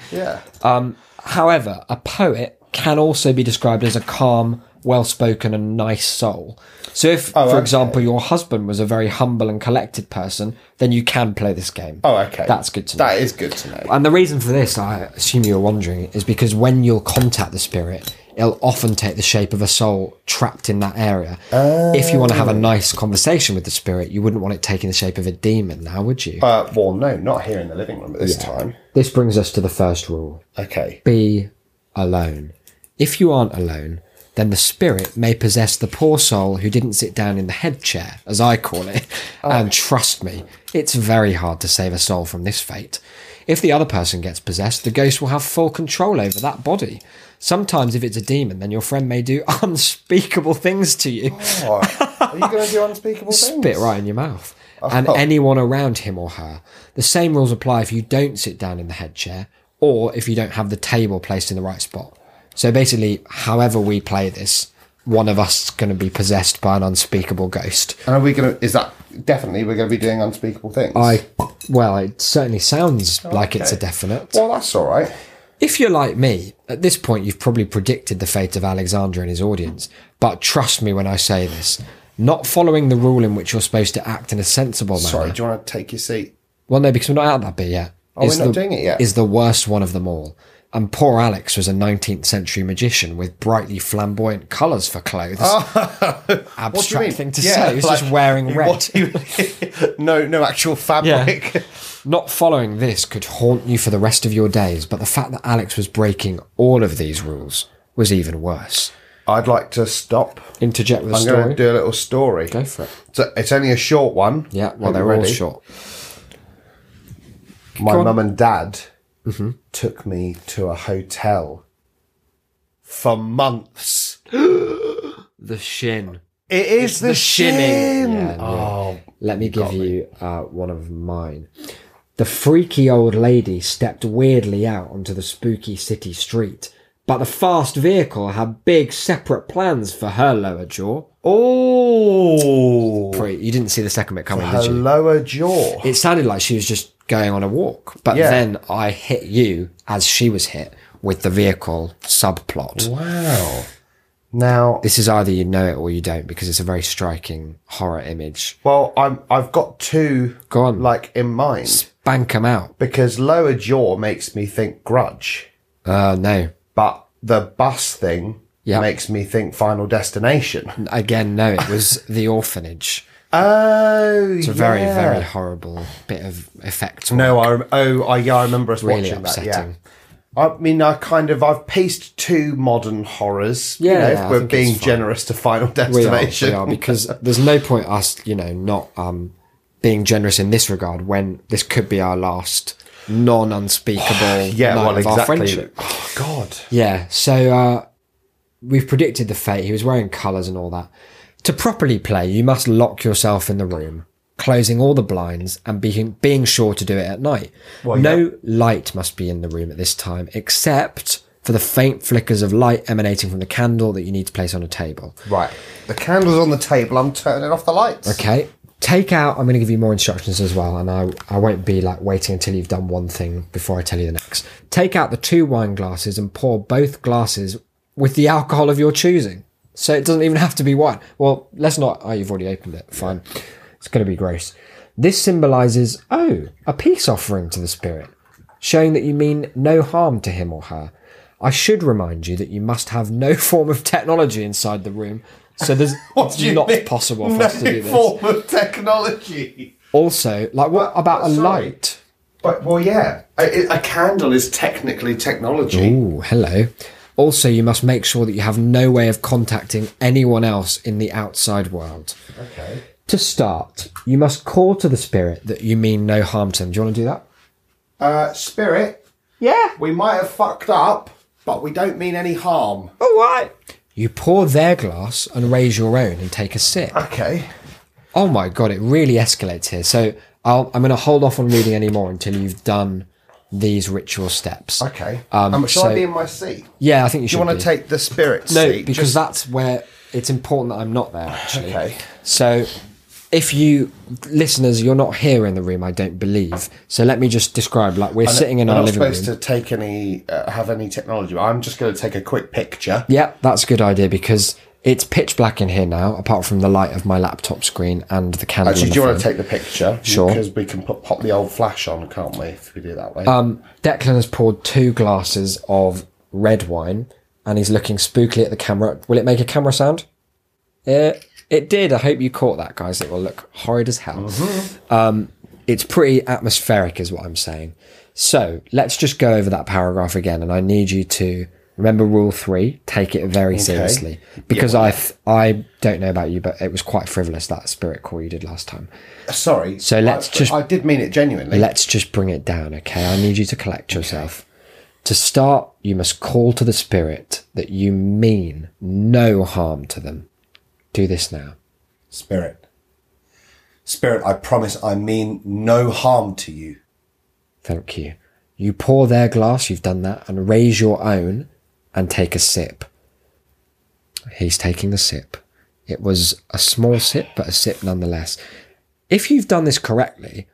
Speaker 3: yeah.
Speaker 2: However, a poet can also be described as a calm, well spoken, and nice soul. So, if, for
Speaker 3: Oh, okay.
Speaker 2: example, your husband was a very humble and collected person, then you can play this game.
Speaker 3: Oh, okay.
Speaker 2: That's good to know.
Speaker 3: That is good to know.
Speaker 2: And the reason for this, I assume you're wondering, is because when you'll contact the spirit, it'll often take the shape of a soul trapped in that area. If you want to have
Speaker 3: Oh.
Speaker 2: a nice conversation with the spirit, you wouldn't want it taking the shape of a demon now, would you?
Speaker 3: Uh, well, no, not here in the living room at this time.
Speaker 2: this brings us to the first rule.
Speaker 3: Okay.
Speaker 2: be alone. If you aren't alone, then the spirit may possess the poor soul who didn't sit down in the head chair, as I call it. And trust me, it's very hard to save a soul from this fate. If the other person gets possessed, the ghost will have full control over that body. Sometimes, if it's a demon, then your friend may do unspeakable things to you.
Speaker 3: All right. Are you going to do unspeakable things? Oh.
Speaker 2: Spit right in your mouth. And anyone around him or her. The same rules apply if you don't sit down in the head chair or if you don't have the table placed in the right spot. So basically, however we play this, one of us is going to be possessed by an unspeakable ghost.
Speaker 3: And are we going to? Is that definitely we're going to be doing unspeakable things?
Speaker 2: I, well, it certainly sounds like it's a
Speaker 4: Okay.
Speaker 2: definite.
Speaker 3: Well, that's all right.
Speaker 2: If you're like me, at this point you've probably predicted the fate of Alexander and his audience, but trust me when I say this. Not following the rule in which you're supposed to act in a sensible manner.
Speaker 3: Sorry, do you want to take your seat?
Speaker 2: Well, no, because we're not out that bit yet.
Speaker 3: Are we
Speaker 2: Is
Speaker 3: Oh, not
Speaker 2: the-
Speaker 3: doing it yet?
Speaker 2: Is the worst one of them all. And poor Alex was a 19th century magician with brightly flamboyant colours for clothes.
Speaker 3: Oh. What do you
Speaker 2: Abstract
Speaker 3: mean?
Speaker 2: thing to
Speaker 3: Yeah,
Speaker 2: say. He was
Speaker 3: like,
Speaker 2: just wearing
Speaker 3: he
Speaker 2: red.
Speaker 3: was- he was- no, no actual fabric.
Speaker 2: Not following this could haunt you for the rest of your days, but the fact that Alex was breaking all of these rules was even worse.
Speaker 3: I'd like to stop.
Speaker 2: Interject with a
Speaker 3: I'm going
Speaker 2: story.
Speaker 3: to do a little story.
Speaker 2: Go for it.
Speaker 3: So it's only a short one.
Speaker 2: Yeah, well,
Speaker 3: Hope
Speaker 2: they're
Speaker 3: you're
Speaker 2: all
Speaker 3: ready.
Speaker 2: short.
Speaker 3: My
Speaker 2: Go on. Mm-hmm.
Speaker 3: mum and dad took me to a hotel for months.
Speaker 2: The shin.
Speaker 3: It is the,
Speaker 2: shinning.
Speaker 3: shinning.
Speaker 2: Yeah, I knew it.
Speaker 3: Oh,
Speaker 2: Let me give you uh, one of mine. The freaky old lady stepped weirdly out onto the spooky city street, but the fast vehicle had big separate plans for her lower jaw.
Speaker 3: oh,
Speaker 2: Pretty, you didn't see the second bit coming,
Speaker 3: her
Speaker 2: did you?
Speaker 3: lower jaw.
Speaker 2: It sounded like she was just going on a walk, but
Speaker 3: Yeah.
Speaker 2: then I hit you as she was hit with the vehicle subplot.
Speaker 3: wow. Now,
Speaker 2: This is either you know it or you don't because it's a very striking horror image.
Speaker 3: well, I'm I've got two
Speaker 2: Go on.
Speaker 3: like in mind
Speaker 2: Bank 'em out.
Speaker 3: because lower jaw makes me think grudge.
Speaker 2: Uh, no.
Speaker 3: but the bus thing
Speaker 2: Yeah.
Speaker 3: makes me think Final Destination.
Speaker 2: Again, no, it was the orphanage.
Speaker 3: Oh,
Speaker 2: It's a very, very horrible bit of effect.
Speaker 3: No, I rem- oh, I yeah, I remember us
Speaker 2: Really
Speaker 3: watching
Speaker 2: upsetting.
Speaker 3: that. Yeah, I mean, I kind of I've pieced two modern horrors.
Speaker 2: Yeah,
Speaker 3: you know,
Speaker 2: yeah, I
Speaker 3: if we're
Speaker 2: think it's
Speaker 3: being
Speaker 2: fine.
Speaker 3: generous to Final
Speaker 2: we are,
Speaker 3: Destination.
Speaker 2: we are, because there's no point us, you know, not um, being generous in this regard when this could be our last non-unspeakable
Speaker 3: yeah,
Speaker 2: night
Speaker 3: well,
Speaker 2: of our
Speaker 3: exactly.
Speaker 2: friendship.
Speaker 3: Oh God,
Speaker 2: Yeah, so uh, we've predicted the fate. He was wearing colours and all that. To properly play, you must lock yourself in the room. closing all the blinds and being being sure to do it at night. no light must be in the room at this time except for the faint flickers of light emanating from the candle that you need to place on a table.
Speaker 3: Right. The candle's on the table. I'm turning off the lights.
Speaker 2: Okay. Take out. I'm going to give you more instructions as well, and I I won't be like waiting until you've done one thing before I tell you the next. Take out the two wine glasses and pour both glasses with the alcohol of your choosing. So it doesn't even have to be wine. Well, let's not. Oh, you've already opened it. Fine. It's going to be gross. This symbolizes oh a peace offering to the spirit, showing that you mean no harm to him or her. I should remind you that you must have no form of technology inside the room, so there's
Speaker 3: What do you
Speaker 2: not
Speaker 3: mean?
Speaker 2: possible for
Speaker 3: no
Speaker 2: us to do this.
Speaker 3: form of technology.
Speaker 2: Also, like what
Speaker 3: But-
Speaker 2: about a
Speaker 3: but sorry.
Speaker 2: light?
Speaker 3: But well, yeah, a, a candle is technically technology.
Speaker 2: Ooh, hello. Also, you must make sure that you have no way of contacting anyone else in the outside world.
Speaker 3: Okay.
Speaker 2: To start, you must call to the spirit that you mean no harm to them. Do you want to do that?
Speaker 3: Uh, spirit,
Speaker 2: Yeah.
Speaker 3: we might have fucked up, but we don't mean any harm.
Speaker 2: All right. You pour their glass and raise your own and take a sip.
Speaker 3: Okay.
Speaker 2: Oh my god, it really escalates here. So I'll, I'm going to hold off on reading any more until you've done these ritual steps.
Speaker 3: Okay.
Speaker 2: Um,
Speaker 3: Um, shall
Speaker 2: so-
Speaker 3: I be in my seat?
Speaker 2: Yeah, I think you
Speaker 3: Do
Speaker 2: should.
Speaker 3: you want
Speaker 2: be.
Speaker 3: to take the spirit
Speaker 2: No,
Speaker 3: seat?
Speaker 2: because
Speaker 3: Just-
Speaker 2: that's where it's important that I'm not there, actually.
Speaker 3: Okay.
Speaker 2: So, if you listeners, you're not here in the room, I don't believe. So let me just describe. Like we're sitting in
Speaker 3: We're
Speaker 2: our
Speaker 3: not
Speaker 2: living room.
Speaker 3: supposed to take any, uh, have any technology. I'm just going to take a quick picture.
Speaker 2: Yeah, that's a good idea because it's pitch black in here now, apart from the light of my laptop screen and the candle.
Speaker 3: Actually,
Speaker 2: on
Speaker 3: do you
Speaker 2: the
Speaker 3: want to
Speaker 2: phone.
Speaker 3: take the picture?
Speaker 2: Sure.
Speaker 3: Because we can put, pop the old flash on, can't we? If we do that way.
Speaker 2: Um, Declan has poured two glasses of red wine, and he's looking spookily at the camera. Will it make a camera sound? It, it did. I hope you caught that, guys. It will look horrid as hell. Um, it's pretty atmospheric, is what I'm saying. So let's just go over that paragraph again, and I need you to remember rule three. Take it very seriously because I th- I don't know about you, but it was quite frivolous that spirit call you did last time.
Speaker 3: Sorry.
Speaker 2: so let's
Speaker 3: I,
Speaker 2: just-
Speaker 3: I did mean it genuinely.
Speaker 2: Let's just bring it down, okay? I need you to collect yourself. To start, you must call to the spirit that you mean no harm to them. Do this now.
Speaker 3: Spirit. Spirit, I promise I mean no harm to you.
Speaker 2: Thank you. You pour their glass, you've done that, and raise your own and take a sip. He's taking the sip. It was a small sip, but a sip nonetheless. If you've done this correctly,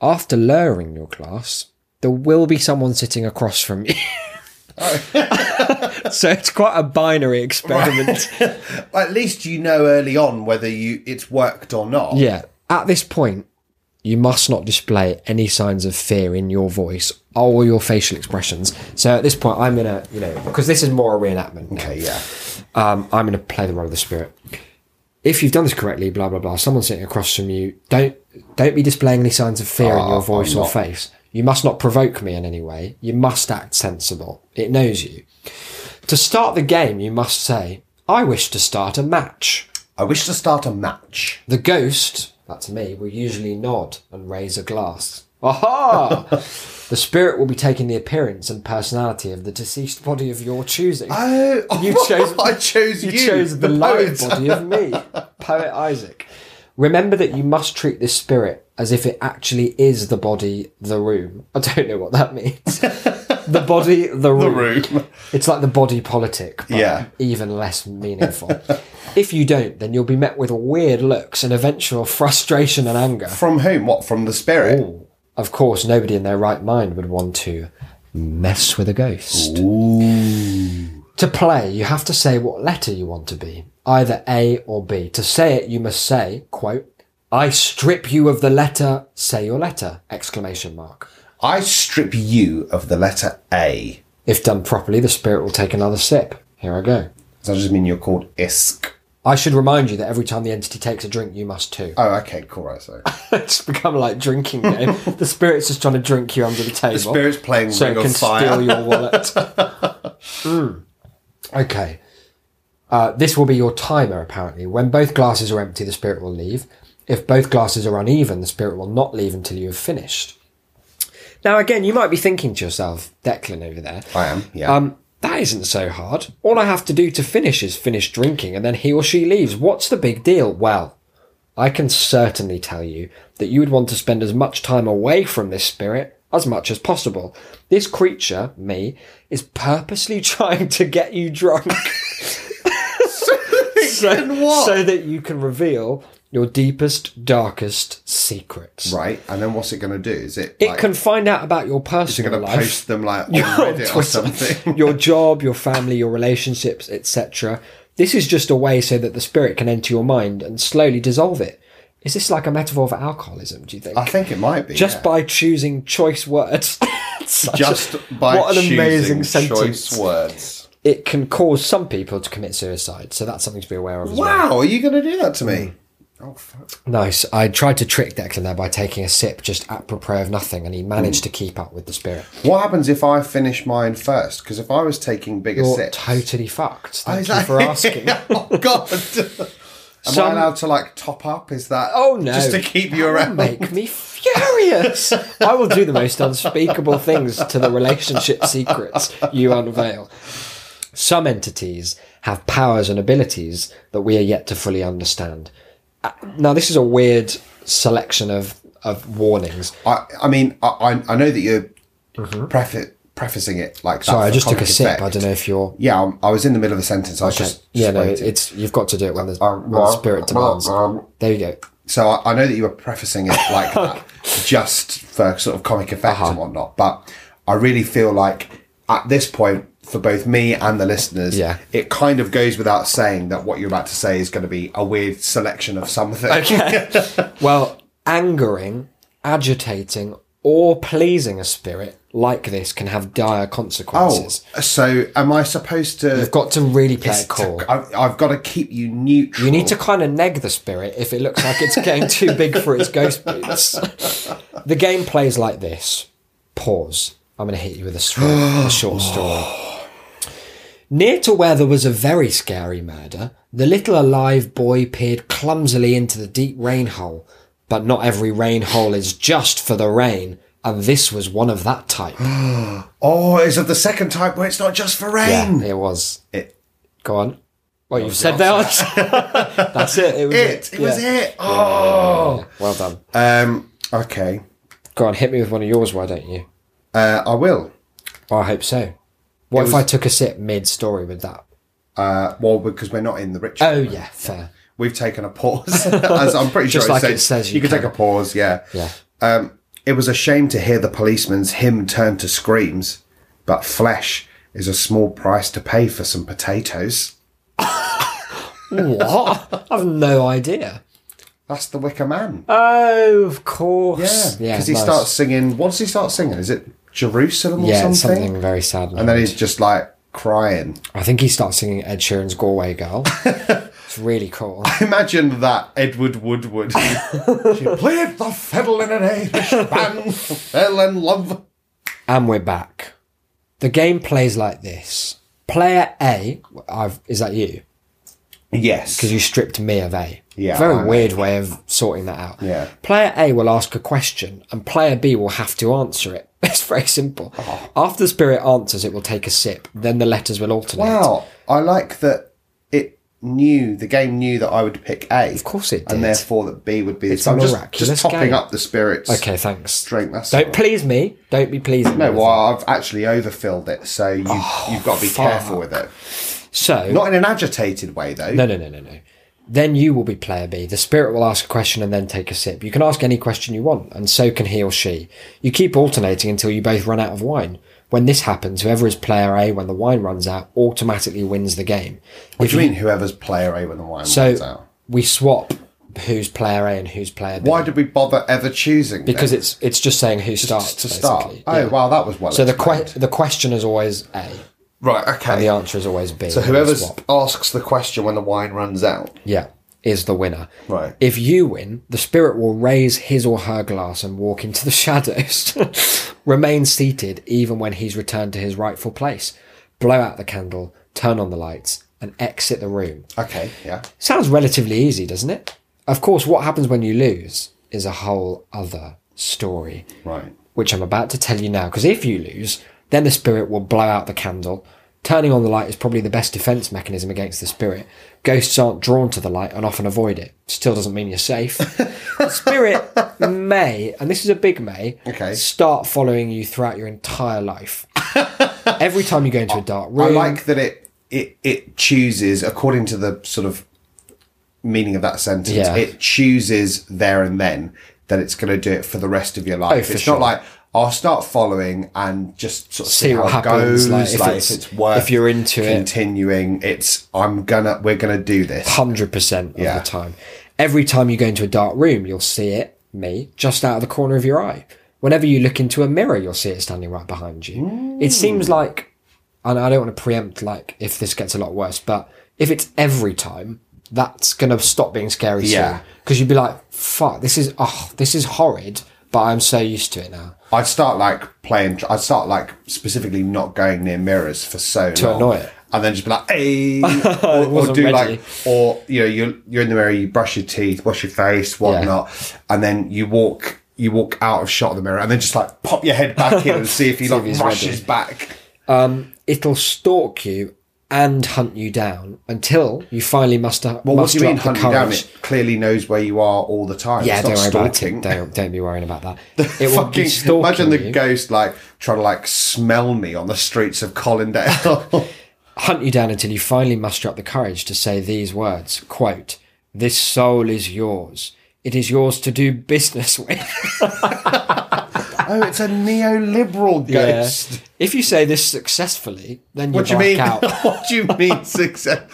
Speaker 2: after lowering your glass, there will be someone sitting across from you. so it's quite a binary experiment.
Speaker 3: At least you know early on whether you it's worked or not.
Speaker 2: Yeah. At this point, you must not display any signs of fear in your voice or your facial expressions. So at this point, I'm gonna, you know, because this is more a reenactment.
Speaker 3: Okay, yeah.
Speaker 2: Um, I'm gonna play the role of the spirit. If you've done this correctly, blah blah blah. Someone sitting across from you, don't don't be displaying any signs of fear in
Speaker 3: Oh,
Speaker 2: your voice
Speaker 3: I'm
Speaker 2: or
Speaker 3: not.
Speaker 2: face. You must not provoke me in any way. You must act sensible. It knows you. To start the game, you must say, "I wish to start a match."
Speaker 3: I wish to start a match.
Speaker 2: The ghost, that's me, will usually nod and raise a glass. Aha! the spirit will be taking the appearance and personality of the deceased body of your choosing.
Speaker 3: Oh,
Speaker 2: You chose-
Speaker 3: I chose you.
Speaker 2: you chose the,
Speaker 3: poet.
Speaker 2: live body of me, poet Isaac. Remember that you must treat this spirit as if it actually is the body, the room. I don't know what that means. the body, the room.
Speaker 3: room.
Speaker 2: It's like the body politic, but
Speaker 3: Yeah.
Speaker 2: even less meaningful. if you don't, then you'll be met with weird looks and eventual frustration and anger.
Speaker 3: From whom? What? From the spirit?
Speaker 2: Of course, nobody in their right mind would want to mess with a ghost. To play, you have to say what letter you want to be, either A or B. To say it, you must say, quote, I strip you of the letter, say your letter, exclamation mark.
Speaker 3: I strip you of the letter A.
Speaker 2: If done properly, the spirit will take another sip. Here I go.
Speaker 3: Does that just mean you're called Isk?
Speaker 2: I should remind you that every time the entity takes a drink, you must too.
Speaker 3: Oh, okay, cool, right, so.
Speaker 2: it's become like drinking game. the spirit's just trying to drink you under the table.
Speaker 3: The spirit's playing
Speaker 2: so
Speaker 3: Ring
Speaker 2: it can
Speaker 3: of Fire.
Speaker 2: steal your wallet. Mm. Okay. Uh, this will be your timer, apparently. When both glasses are empty, the spirit will leave. If both glasses are uneven, the spirit will not leave until you have finished. Now, again, you might be thinking to yourself, Declan over there.
Speaker 3: I am, yeah.
Speaker 2: Um, that isn't so hard. All I have to do to finish is finish drinking, and then he or she leaves. What's the big deal? Well, I can certainly tell you that you would want to spend as much time away from this spirit as much as possible. This creature, me, is purposely trying to get you drunk. so, so that you can reveal your deepest, darkest secrets.
Speaker 3: Right, and then what's it going to do? Is it,
Speaker 2: It
Speaker 3: like,
Speaker 2: can find out about your personal
Speaker 3: going to
Speaker 2: life
Speaker 3: post them like on
Speaker 2: your
Speaker 3: Reddit or
Speaker 2: Twitter,
Speaker 3: something?
Speaker 2: your job, your family, your relationships, etc. This is just a way so that the spirit can enter your mind and slowly dissolve it. Is this like a metaphor for alcoholism? Do you think?
Speaker 3: I think it might be.
Speaker 2: just
Speaker 3: yeah.
Speaker 2: by choosing choice words, such a-
Speaker 3: just by
Speaker 2: what an
Speaker 3: choosing
Speaker 2: amazing
Speaker 3: choice
Speaker 2: sentence!
Speaker 3: words.
Speaker 2: It can cause some people to commit suicide, so that's something to be aware of. As well.
Speaker 3: Wow, are you going to do that to me? Oh fuck!
Speaker 2: Nice. I tried to trick Declan there by taking a sip just apropos of nothing, and he
Speaker 3: Mm.
Speaker 2: managed to keep up with the spirit.
Speaker 3: What happens if I finish mine first? Because if I was taking bigger
Speaker 2: You're
Speaker 3: sips,
Speaker 2: totally fucked.
Speaker 3: I
Speaker 2: Thank
Speaker 3: was
Speaker 2: you
Speaker 3: like-
Speaker 2: for asking.
Speaker 3: oh god! Am I
Speaker 2: Some-
Speaker 3: allowed to like top up? Is that
Speaker 2: Oh no!
Speaker 3: Just to keep
Speaker 2: That
Speaker 3: you
Speaker 2: will
Speaker 3: around?
Speaker 2: make me furious. I will do the most unspeakable things to the relationship secrets you unveil. Some entities have powers and abilities that we are yet to fully understand. Uh, Now, this is a weird selection of of warnings.
Speaker 3: I, I mean, I, I, I know that you're prefa- prefacing it like. that
Speaker 2: Mm-hmm. Sorry, I
Speaker 3: for
Speaker 2: just took a
Speaker 3: comic
Speaker 2: sip.
Speaker 3: effect.
Speaker 2: I don't know if you're.
Speaker 3: Yeah, I'm, I was in the middle of a sentence. I was
Speaker 2: Okay.
Speaker 3: just,
Speaker 2: yeah,
Speaker 3: just
Speaker 2: no,
Speaker 3: waiting.
Speaker 2: it's you've got to do it when the, when the
Speaker 3: well,
Speaker 2: spirit
Speaker 3: well,
Speaker 2: demands.
Speaker 3: um,
Speaker 2: There you go.
Speaker 3: So I, I know that you were prefacing it like that, just for sort of comic effect
Speaker 2: Uh-huh.
Speaker 3: and whatnot. But I really feel like at this point, for both me and the listeners,
Speaker 2: Yeah.
Speaker 3: it kind of goes without saying that what you're about to say is going to be a weird selection of something.
Speaker 2: Well, angering, agitating, or pleasing a spirit like this can have dire
Speaker 3: oh,
Speaker 2: consequences.
Speaker 3: so am I supposed to?
Speaker 2: You've got to really play it cool.
Speaker 3: I've, I've got to keep you neutral.
Speaker 2: You need to kind of neg the spirit if it looks like it's getting too big for its ghost boots. the game plays like this. Pause. I'm going to hit you with a, story, a short story. Near to where there was a very scary murder, the little alive boy peered clumsily into the deep rain hole. But not every rain hole is just for the rain, and this was one of that type.
Speaker 3: Oh, is it the second type where it's not just for rain?
Speaker 2: Yeah, it was.
Speaker 3: It,
Speaker 2: Go on. Well, you've said that. That's it. It was
Speaker 3: it,
Speaker 2: it.
Speaker 3: it was
Speaker 2: Yeah.
Speaker 3: it. Oh.
Speaker 2: Well done.
Speaker 3: Um. Okay.
Speaker 2: Go on, hit me with one of yours, why don't you? Oh,
Speaker 3: Uh, I will.
Speaker 2: I hope so. What if I took a sip mid story with that?
Speaker 3: Uh, well, because we're not in the ritual.
Speaker 2: Oh, yeah, fair.
Speaker 3: We've taken a pause. as I'm pretty sure
Speaker 2: Just
Speaker 3: it,
Speaker 2: like
Speaker 3: says,
Speaker 2: it says
Speaker 3: you,
Speaker 2: you
Speaker 3: can, take
Speaker 2: can.
Speaker 3: a pause. Yeah.
Speaker 2: Yeah.
Speaker 3: Um. It was a shame to hear the policeman's hymn turn to screams, but flesh is a small price to pay for some potatoes.
Speaker 2: What? I've no idea.
Speaker 3: That's the Wicker Man.
Speaker 2: Oh, of
Speaker 3: yeah.
Speaker 2: course.
Speaker 3: Because he starts singing. What does he start singing? Is it Jerusalem or
Speaker 2: Yeah, it's
Speaker 3: something?
Speaker 2: something very sad.
Speaker 3: And then he's just like crying.
Speaker 2: I think he starts singing Ed Sheeran's Galway Girl. it's really cool.
Speaker 3: Imagine that, Edward Woodward. she played the fiddle in an Irish band, fell in love.
Speaker 2: And we're back. The game plays like this Player A, I've, is that you?
Speaker 3: Yes.
Speaker 2: because you stripped me of A.
Speaker 3: Yeah,
Speaker 2: Very
Speaker 3: I know.
Speaker 2: weird way of sorting that out.
Speaker 3: Yeah.
Speaker 2: Player A will ask a question and player B will have to answer it. It's very simple.
Speaker 3: Oh.
Speaker 2: After the spirit answers, it will take a sip. Then the letters will alternate.
Speaker 3: Wow, I like that it knew, the game knew that I would pick A. Of
Speaker 2: course it did.
Speaker 3: And therefore that B would be the
Speaker 2: It's a
Speaker 3: I'm just-
Speaker 2: miraculous
Speaker 3: Just topping
Speaker 2: game.
Speaker 3: up the spirits.
Speaker 2: Okay, thanks.
Speaker 3: Drink, that's
Speaker 2: Don't
Speaker 3: all.
Speaker 2: please me. Don't be pleasing.
Speaker 3: No,
Speaker 2: me.
Speaker 3: well, I've actually overfilled it, so you,
Speaker 2: Oh,
Speaker 3: you've got to be careful with it.
Speaker 2: So
Speaker 3: Not in an agitated way, though.
Speaker 2: no, no, no, no, no. Then you will be player B. The spirit will ask a question and then take a sip. You can ask any question you want, and so can he or she. You keep alternating until you both run out of wine. When this happens, whoever is player A when the wine runs out automatically wins the game.
Speaker 3: What do you mean, whoever's player A when the wine runs
Speaker 2: So
Speaker 3: out?
Speaker 2: we swap who's player A and who's player B.
Speaker 3: Why did we bother ever choosing?
Speaker 2: Because
Speaker 3: then?
Speaker 2: it's it's just saying who starts
Speaker 3: to start.
Speaker 2: basically.
Speaker 3: Oh,
Speaker 2: Yeah.
Speaker 3: wow, that was well.
Speaker 2: So the
Speaker 3: explained.
Speaker 2: que- the question is always A,
Speaker 3: Right, okay.
Speaker 2: and the answer is always B.
Speaker 3: so
Speaker 2: and we
Speaker 3: whoever
Speaker 2: swap.
Speaker 3: asks the question when the wine runs out.
Speaker 2: yeah is the winner.
Speaker 3: Right.
Speaker 2: If you win, the spirit will raise his or her glass and walk into the shadows. Remain seated even when he's returned to his rightful place. Blow out the candle, turn on the lights, and exit the room.
Speaker 3: Okay, yeah.
Speaker 2: Sounds relatively easy, doesn't it? Of course, what happens when you lose is a whole other story,
Speaker 3: Right.
Speaker 2: which I'm about to tell you now. Because if you lose, then the spirit will blow out the candle, Turning on the light is probably the best defense mechanism against the spirit. Ghosts aren't drawn to the light and often avoid it. Still doesn't mean you're safe. The spirit may, and this is a big may,
Speaker 3: Okay.
Speaker 2: start following you throughout your entire life. Every time you go into a dark room,
Speaker 3: I like that it it it chooses according to the sort of meaning of that sentence.
Speaker 2: Yeah.
Speaker 3: It chooses there and then that it's going to do it for the rest of your life.
Speaker 2: Oh, for
Speaker 3: it's
Speaker 2: sure.
Speaker 3: not like I'll start following and just sort of see,
Speaker 2: See
Speaker 3: how
Speaker 2: what
Speaker 3: it
Speaker 2: happens,
Speaker 3: goes. Like, if, it's, worth
Speaker 2: if you're into it.
Speaker 3: continuing, it's I'm gonna we're gonna do this.
Speaker 2: hundred percent of
Speaker 3: Yeah.
Speaker 2: the time. Every time you go into a dark room, you'll see it, me, just out of the corner of your eye. Whenever you look into a mirror, you'll see it standing right behind you. It seems like, and I don't want to preempt like if this gets a lot worse, but if it's every time, that's gonna stop being scary
Speaker 3: Yeah.
Speaker 2: soon because you'd be like, "Fuck, this is oh, this is horrid," but I'm so used to it now.
Speaker 3: I'd start like playing. I'd start like specifically not going near mirrors for so
Speaker 2: To
Speaker 3: long.
Speaker 2: annoy it.
Speaker 3: and then just be like, hey, or, or
Speaker 2: wasn't
Speaker 3: do
Speaker 2: ready.
Speaker 3: like, or you know, you're you're in the mirror, you brush your teeth, wash your face, whatnot, and then you walk you walk out of shot of the mirror, and then just like pop your head back in and see if he like
Speaker 2: if he's
Speaker 3: rushes
Speaker 2: ready.
Speaker 3: back.
Speaker 2: It'll stalk you and hunt you down until you finally muster.
Speaker 3: Well, what do
Speaker 2: muster
Speaker 3: you mean
Speaker 2: up the
Speaker 3: hunt you down?
Speaker 2: courage.
Speaker 3: It clearly knows where you are all the time.
Speaker 2: Yeah,
Speaker 3: it's not
Speaker 2: don't worry
Speaker 3: stalking.
Speaker 2: about it. Don't, don't be worrying about that. It will be
Speaker 3: Fucking
Speaker 2: stalking
Speaker 3: imagine the
Speaker 2: you,
Speaker 3: ghost like trying to like smell me on the streets of Collindale.
Speaker 2: hunt you down until you finally muster up the courage to say these words: "Quote, this soul is yours. It is yours to do business with."
Speaker 3: oh, it's a neoliberal ghost.
Speaker 2: If you say this successfully, then you
Speaker 3: What do you
Speaker 2: black
Speaker 3: mean?
Speaker 2: out.
Speaker 3: what do you mean success?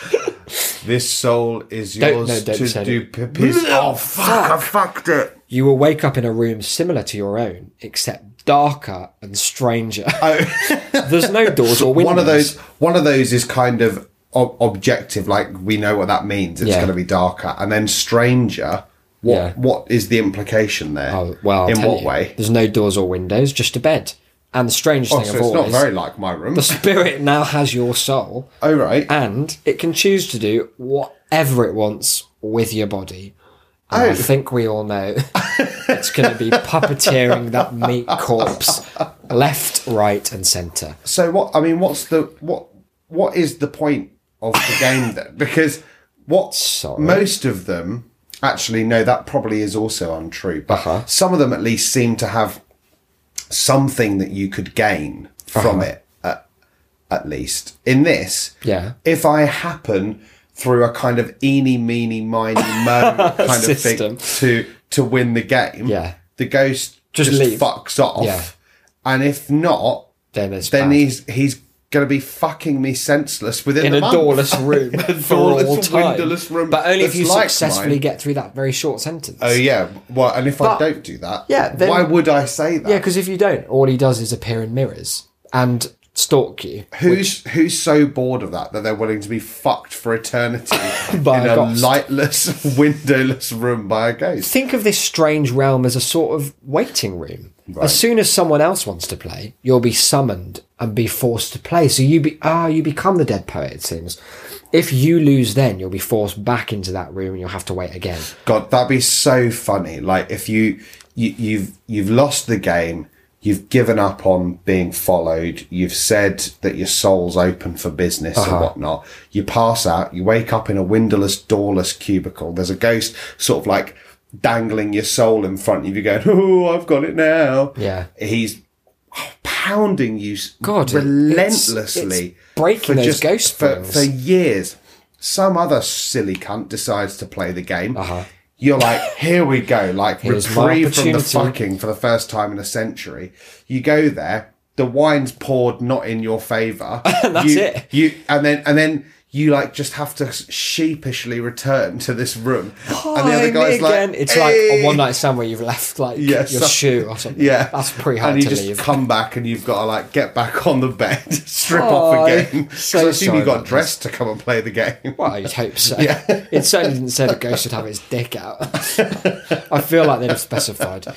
Speaker 3: this soul is
Speaker 2: Don't-
Speaker 3: yours
Speaker 2: no, don't say
Speaker 3: to do piss Oh fuck! I fucked it.
Speaker 2: You will wake up in a room similar to your own, except darker and stranger. There's no doors or windows.
Speaker 3: Oh. One of those. One of those is kind of ob- objective. Like we know what that means. It's
Speaker 2: Yeah.
Speaker 3: going to be darker. And then stranger. What
Speaker 2: Yeah.
Speaker 3: What is the implication there?
Speaker 2: Oh, well, I'll
Speaker 3: in
Speaker 2: tell
Speaker 3: what
Speaker 2: you.
Speaker 3: way?
Speaker 2: There's no doors or windows, just a bed. And the strange
Speaker 3: Oh,
Speaker 2: thing
Speaker 3: so
Speaker 2: of
Speaker 3: it's
Speaker 2: all
Speaker 3: not
Speaker 2: is,
Speaker 3: very like my room.
Speaker 2: the spirit now has your soul.
Speaker 3: Oh right.
Speaker 2: and it can choose to do whatever it wants with your body. And I
Speaker 3: Oh.
Speaker 2: think we all know it's going to be puppeteering that meat corpse left, right, and centre.
Speaker 3: So what? I mean, what's the what? What is the point of the game then? Because what
Speaker 2: Sorry.
Speaker 3: most of them actually no, that probably is also untrue. But
Speaker 2: Uh-huh.
Speaker 3: some of them at least seem to have something that you could gain from it. At, at least in this,
Speaker 2: Uh-huh. Yeah.
Speaker 3: If I happen through a kind of eeny, meeny, miny, mo kind of
Speaker 2: System.
Speaker 3: thing to to win the game,
Speaker 2: Yeah.
Speaker 3: the ghost
Speaker 2: Just
Speaker 3: just,
Speaker 2: leave.
Speaker 3: fucks off,
Speaker 2: Yeah.
Speaker 3: and if not,
Speaker 2: Then it's
Speaker 3: then
Speaker 2: bad.
Speaker 3: he's he's gonna be fucking me senseless within
Speaker 2: in
Speaker 3: the
Speaker 2: a
Speaker 3: month.
Speaker 2: doorless room
Speaker 3: In a
Speaker 2: for all
Speaker 3: doorless,
Speaker 2: time.
Speaker 3: windowless room
Speaker 2: but only if
Speaker 3: that's
Speaker 2: you
Speaker 3: like
Speaker 2: successfully
Speaker 3: mine.
Speaker 2: get through that very short sentence.
Speaker 3: Oh yeah. Well, and if
Speaker 2: But-
Speaker 3: I don't do that,
Speaker 2: Yeah, then-
Speaker 3: why would I say that?
Speaker 2: yeah, because if you don't, all he does is appear in mirrors and stalk you.
Speaker 3: who's who's so bored of that that they're willing to be fucked for eternity
Speaker 2: By
Speaker 3: in
Speaker 2: a
Speaker 3: a,
Speaker 2: ghost.
Speaker 3: lightless, windowless room by a ghost?
Speaker 2: think of this strange realm as a sort of waiting room. As soon as someone else wants to play, you'll be summoned and be forced to play. So you be ah, you become the dead poet. It seems. If you lose, then you'll be forced back into that room and you'll have to wait again.
Speaker 3: God, that'd be so funny. Like if you, you you've you've lost the game, you've given up on being followed, you've said that your soul's open for business and
Speaker 2: Uh-huh.
Speaker 3: whatnot. You pass out, you wake up in a windowless, doorless cubicle. There's a ghost sort of like dangling your soul in front of you, going, Oh, I've got it now.
Speaker 2: Yeah.
Speaker 3: He's pounding you s-
Speaker 2: God, it- it's-
Speaker 3: relentlessly
Speaker 2: it's breaking
Speaker 3: for
Speaker 2: those ghost
Speaker 3: for,
Speaker 2: springs.
Speaker 3: for years. Some other silly cunt decides to play the game. You're like, here we go, like
Speaker 2: Uh-huh. Here's my
Speaker 3: reprieve from the
Speaker 2: opportunity.
Speaker 3: fucking for the first time in a century. You go there, the wine's poured not in your favour.
Speaker 2: That's
Speaker 3: you,
Speaker 2: it.
Speaker 3: You and then and then you like just have to sheepishly return to this room, and the
Speaker 2: Hi,
Speaker 3: other
Speaker 2: me
Speaker 3: guy's
Speaker 2: again.
Speaker 3: like,
Speaker 2: it's like
Speaker 3: "Hey."
Speaker 2: a one night stand where you've left like
Speaker 3: Yeah,
Speaker 2: your
Speaker 3: some-
Speaker 2: shoe or something.
Speaker 3: Yeah,
Speaker 2: that's pretty hard
Speaker 3: And you
Speaker 2: to
Speaker 3: just
Speaker 2: leave.
Speaker 3: come back, and you've got to like get back on the bed, strip off
Speaker 2: Hi.
Speaker 3: again. Because
Speaker 2: So
Speaker 3: I assume
Speaker 2: sorry
Speaker 3: you
Speaker 2: about
Speaker 3: got
Speaker 2: this.
Speaker 3: dressed to come and play the game.
Speaker 2: well, you'd hope so. It certainly didn't say the ghost should have its dick out. I feel like they'd have specified.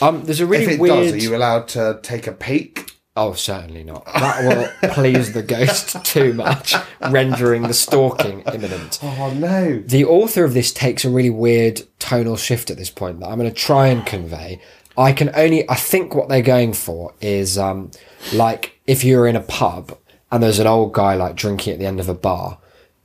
Speaker 2: Um, there's a really
Speaker 3: If it
Speaker 2: weird.
Speaker 3: does, are you allowed to take a peek?
Speaker 2: Oh, certainly not. That will please the ghost too much, rendering the stalking imminent.
Speaker 3: Oh no!
Speaker 2: The author of this takes a really weird tonal shift at this point that I'm going to try and convey. I can only, I think what they're going for is um, like if you're in a pub and there's an old guy like drinking at the end of a bar,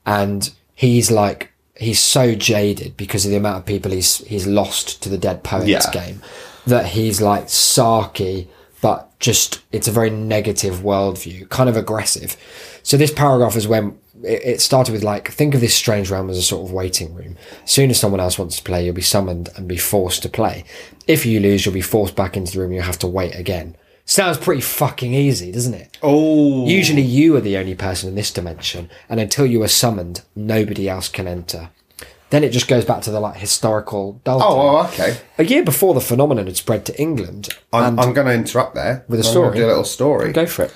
Speaker 2: and he's like he's so jaded because of the amount of people he's he's lost to the Dead Poets
Speaker 5: Yeah.
Speaker 2: game that he's like sarky, but just it's a very negative worldview, kind of aggressive. So this paragraph is when it, it started with like think of this strange realm as a sort of waiting room. As soon as someone else wants to play, you'll be summoned and be forced to play. If you lose, you'll be forced back into the room. and You'll have to wait again. Sounds pretty fucking easy, doesn't it?
Speaker 5: Oh,
Speaker 2: Usually you are the only person in this dimension, and until you are summoned, nobody else can enter. Then it just goes back to the like historical Dalton.
Speaker 3: Oh, oh, okay.
Speaker 2: A year before the phenomenon had spread to England,
Speaker 3: I'm,
Speaker 2: and
Speaker 3: I'm going to interrupt there
Speaker 2: With a
Speaker 3: I'm gonna
Speaker 2: story?
Speaker 3: Do a little story.
Speaker 2: go for it.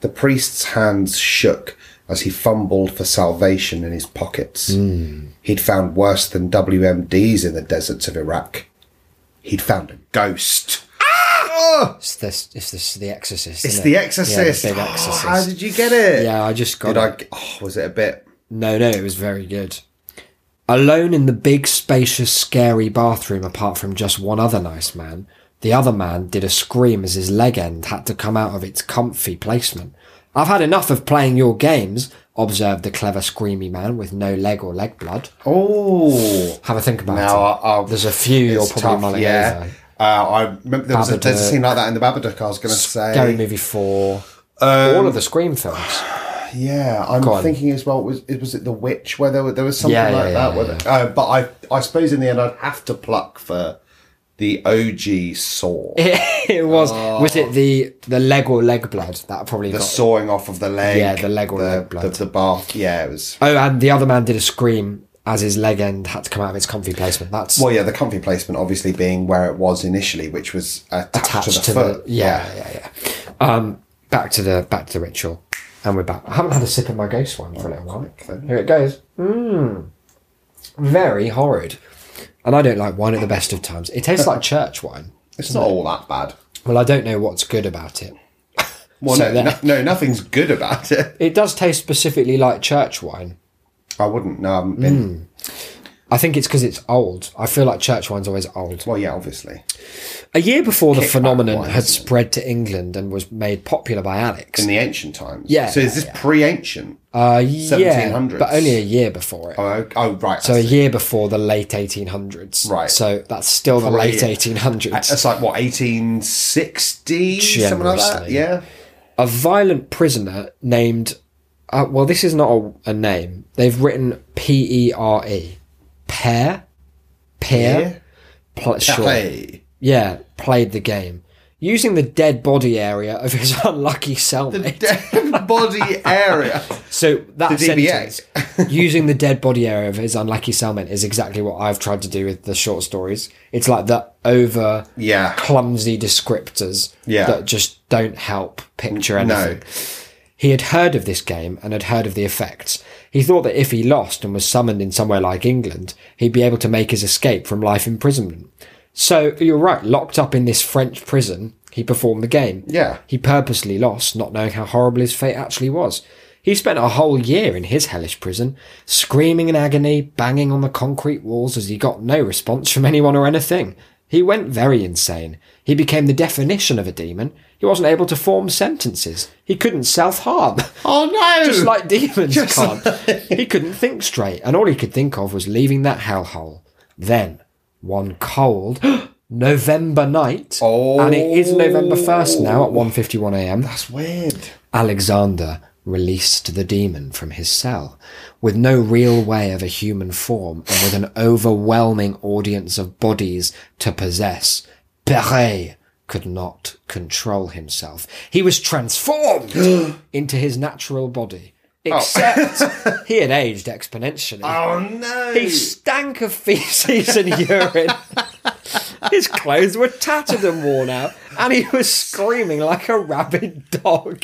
Speaker 3: The priest's hands shook as he fumbled for salvation in his pockets.
Speaker 2: Hmm.
Speaker 3: He'd found worse than WMDs in the deserts of Iraq. He'd found a ghost. Ah!
Speaker 2: It's this, it's this, The Exorcist.
Speaker 3: It's
Speaker 2: isn't
Speaker 3: The
Speaker 2: it?
Speaker 3: Exorcist.
Speaker 2: Yeah, the big
Speaker 3: Oh,
Speaker 2: Exorcist.
Speaker 3: How did you get it?
Speaker 2: yeah, I just got.
Speaker 3: Did
Speaker 2: it.
Speaker 3: I? Oh, was it a bit?
Speaker 2: No, no, it was very good. Alone in the big, spacious, scary bathroom, apart from just one other nice man, the other man did a scream as his leg end had to come out of its comfy placement. I've had enough of playing your games, observed the clever, screamy man with no leg or leg blood.
Speaker 3: Oh.
Speaker 2: Have a think about
Speaker 3: Now,
Speaker 2: it.
Speaker 3: I, I,
Speaker 2: There's a few you're
Speaker 3: it's
Speaker 2: probably
Speaker 3: tough,
Speaker 2: mulling
Speaker 3: yeah.
Speaker 2: over.
Speaker 3: Uh, I remember there was a, there's a
Speaker 2: Babadook.
Speaker 3: scene like that in the Babadook. I was going to say.
Speaker 2: Scary movie four. all
Speaker 3: Um,
Speaker 2: of the Scream films.
Speaker 3: Yeah, I'm
Speaker 2: Go on.
Speaker 3: thinking as well. Was it was it the witch where there, were, there was something
Speaker 2: Yeah, yeah,
Speaker 3: like
Speaker 2: yeah,
Speaker 3: that? where
Speaker 2: yeah.
Speaker 3: the- uh, but I I suppose in the end I'd have to pluck for the OG saw,
Speaker 2: it was. Was it the the leg or leg blood that probably
Speaker 3: Ah. the
Speaker 2: got
Speaker 3: sawing off of the leg.
Speaker 2: Yeah, the leg or
Speaker 3: the,
Speaker 2: leg blood.
Speaker 3: The, the bath. Yeah, it was.
Speaker 2: Oh, and the other man did a scream as his leg end had to come out of its comfy placement. That's
Speaker 3: Well, yeah, the comfy placement obviously being where it was initially, which was attached,
Speaker 2: attached
Speaker 3: to the foot.
Speaker 2: yeah, yeah, yeah. Um, back to the back to the ritual, and we're back. I haven't had a sip of my ghost wine for a little while.
Speaker 3: Oh,
Speaker 2: Here it goes. Mmm, very horrid. And I don't like wine at the best of times. It tastes like church wine.
Speaker 3: it's not all that bad.
Speaker 2: Well, I don't know what's good about it.
Speaker 3: Well,
Speaker 2: So
Speaker 3: no,
Speaker 2: there-
Speaker 3: no, no, nothing's good about it.
Speaker 2: It does taste specifically like church wine.
Speaker 3: I wouldn't. No, I haven't been.
Speaker 2: I think it's because it's old. I feel like church wine's always old.
Speaker 3: Well, yeah, obviously
Speaker 2: A year before the
Speaker 3: Kickback
Speaker 2: phenomenon
Speaker 3: wine,
Speaker 2: had
Speaker 3: isn't it?
Speaker 2: spread to England and was made popular by Alex.
Speaker 3: in the ancient times.
Speaker 2: Yeah,
Speaker 3: So is
Speaker 2: yeah,
Speaker 3: this pre-ancient?
Speaker 2: Uh, yeah,
Speaker 3: 1700s.
Speaker 2: but only a year before it.
Speaker 3: oh, oh, right. I
Speaker 2: so a
Speaker 3: see.
Speaker 2: year before the late 1800s.
Speaker 3: Right.
Speaker 2: So that's still the late
Speaker 3: Pre- It's
Speaker 2: 1800s.
Speaker 3: like what 1860 something like that.
Speaker 2: Generously.
Speaker 3: Yeah.
Speaker 2: A violent prisoner named. Uh, well, this is not a, a name. They've written P E R E. Pear?
Speaker 3: Yeah.
Speaker 2: Pear? Pl- sure.
Speaker 3: Hey,
Speaker 2: Yeah, played the game. Using the dead body area of his unlucky cellmate.
Speaker 3: dead body area.
Speaker 2: So that
Speaker 3: The DBA.
Speaker 2: sentence, using the dead body area of his unlucky cellmate, is exactly what I've tried to do with the short stories. It's like the over
Speaker 3: Yeah.
Speaker 2: clumsy descriptors
Speaker 3: Yeah.
Speaker 2: that just don't help picture anything.
Speaker 3: No.
Speaker 2: He had heard of this game and had heard of the effects. He thought that if he lost and was summoned in somewhere like England, he'd be able to make his escape from life imprisonment. So you're right, locked up in this French prison, he performed the game.
Speaker 3: Yeah.
Speaker 2: He purposely lost, not knowing how horrible his fate actually was. He spent a whole year in his hellish prison, screaming in agony, banging on the concrete walls as he got no response from anyone or anything. He went very insane. He became the definition of a demon. He wasn't able to form sentences. He couldn't self harm.
Speaker 3: Oh no!
Speaker 2: Just like demons can't. He couldn't think straight, and all he could think of was leaving that hellhole. Then, one cold November night, and it is November 1st now at 1.51am,
Speaker 3: that's weird.
Speaker 2: Alexander released the demon from his cell. With no real way of a human form and with an overwhelming audience of bodies to possess, Perret could not control himself. He was transformed into his natural body. Except he had aged exponentially.
Speaker 3: Oh no!
Speaker 2: He stank of feces and urine. His clothes were tattered and worn out, and he was screaming like a rabid dog.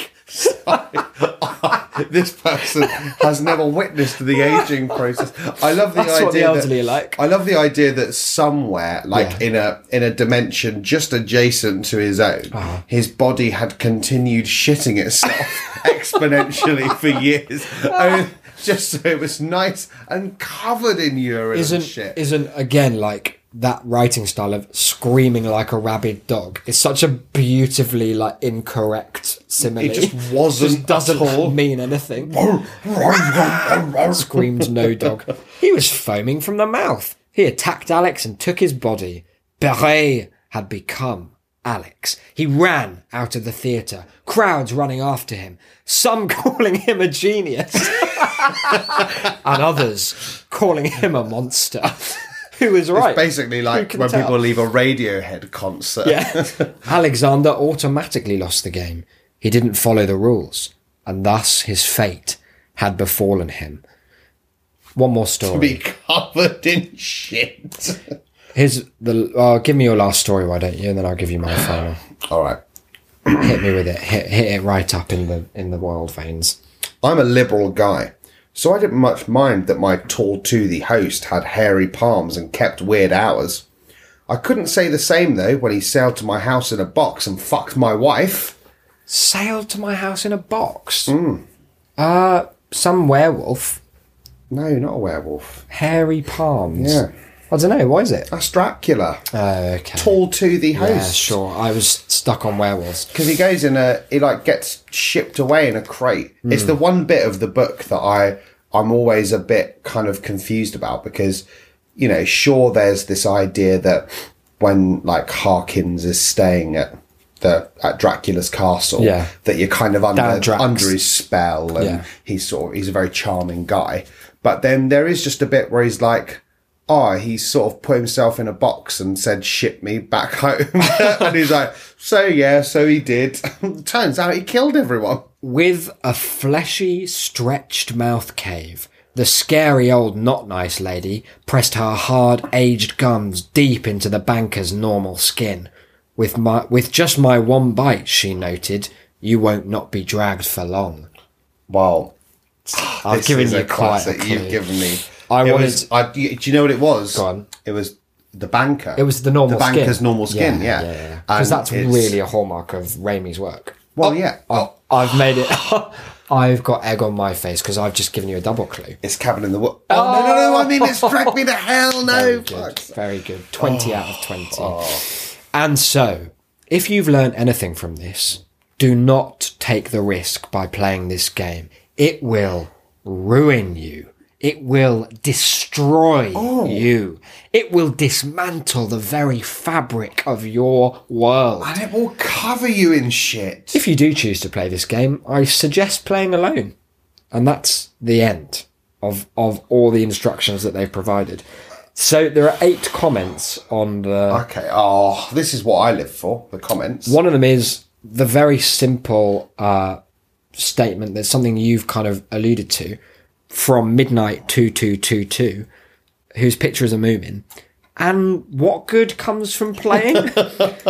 Speaker 3: this person has never witnessed the aging process. I love the
Speaker 2: That's
Speaker 3: idea
Speaker 2: what the elderly
Speaker 3: that,
Speaker 2: are like.
Speaker 3: I love the idea that somewhere, like
Speaker 2: Yeah.
Speaker 3: in a in a dimension just adjacent to his own,
Speaker 2: Uh-huh.
Speaker 3: his body had continued shitting itself exponentially for years, only- just so it was nice and covered in urine and
Speaker 2: Isn't
Speaker 3: shit.
Speaker 2: isn't again like that writing style of screaming like a rabid dog is such a beautifully like incorrect simile.
Speaker 3: It just
Speaker 2: Just
Speaker 3: wasn't
Speaker 2: doesn't
Speaker 3: at all.
Speaker 2: mean anything. Screamed no dog. He was foaming from the mouth. He attacked Alex and took his body. Beret had become Alex. He ran out of the theatre, crowds running after him, some calling him a genius and others calling him a monster. Who was right?
Speaker 3: Basically, like
Speaker 2: can
Speaker 3: when
Speaker 2: tell?
Speaker 3: people leave a Radiohead concert.
Speaker 2: Yeah. Alexander automatically lost the game. He didn't follow the rules, and thus his fate had befallen him. One more story.
Speaker 3: Be covered in shit.
Speaker 2: Here's the. Uh, give me your last story, why don't you? And then I'll give you my final.
Speaker 3: All right.
Speaker 2: hit me with it. Hit, hit it right up in the in the wild veins.
Speaker 3: I'm a liberal guy, so I didn't much mind that my tall toothy host had hairy palms and kept weird hours. I couldn't say the same though when he sailed to my house in a box and fucked my wife.
Speaker 2: Sailed to my house in a box.
Speaker 3: Hmm.
Speaker 2: Uh, some werewolf,
Speaker 3: No, not a werewolf.
Speaker 2: hairy palms.
Speaker 3: Yeah.
Speaker 2: I don't know. Why is it?
Speaker 3: That's Dracula.
Speaker 2: Uh, okay.
Speaker 3: Tall toothy host.
Speaker 2: Yeah, sure. I was stuck on werewolves.
Speaker 3: because he goes in a he like gets shipped away in a crate. It's
Speaker 2: Hmm.
Speaker 3: the one bit of the book that I I'm always a bit kind of confused about because you know sure there's this idea that when like Harkins is staying at the at Dracula's castle
Speaker 2: Yeah.
Speaker 3: that you're kind of
Speaker 2: Down
Speaker 3: under
Speaker 2: Drax.
Speaker 3: under his spell and
Speaker 2: Yeah.
Speaker 3: he's sort of he's a very charming guy but then there is just a bit where he's like ah he sort of put himself in a box and said ship me back home and he's like so yeah so he did turns out he killed everyone
Speaker 2: With a fleshy, stretched mouth cave, the scary old not nice lady pressed her hard aged gums deep into the banker's normal skin. With my, with just my one bite, she noted, you won't not be dragged for long.
Speaker 3: well
Speaker 2: I've
Speaker 3: this
Speaker 2: given
Speaker 3: is
Speaker 2: you
Speaker 3: a
Speaker 2: quite a
Speaker 3: classic you've
Speaker 2: clue.
Speaker 3: given me
Speaker 2: I
Speaker 3: It
Speaker 2: wanted-
Speaker 3: was- I, do you know what it was
Speaker 2: Go on.
Speaker 3: it was the banker
Speaker 2: It was the normal
Speaker 3: the
Speaker 2: skin.
Speaker 3: banker's normal skin yeah
Speaker 2: Because
Speaker 3: And
Speaker 2: that's
Speaker 3: it's- Oh.
Speaker 2: really Oh. a hallmark of Raimi's work.
Speaker 3: well yeah
Speaker 2: I've, I've made it. I've got egg on my face because I've just given you a double clue.
Speaker 3: it's cabin in the wood oh, no no no i mean it's dragged me to hell no
Speaker 2: Very good.
Speaker 3: fuck.
Speaker 2: Very good. 20 out of 20. And so, if you've learned anything from this, do not take the risk by playing this game. It will ruin you. It will destroy you. It will dismantle the very fabric of your world.
Speaker 3: and it will cover you in shit
Speaker 2: If you do choose to play this game, I suggest playing alone. And that's the end of of all the instructions that they've provided. So there are eight comments on the
Speaker 3: Okay. Oh, this is what I live for. The comments.
Speaker 2: one of them is the very simple uh, statement that's something you've kind of alluded to from midnight 2222 whose picture is a moomin and what good comes from playing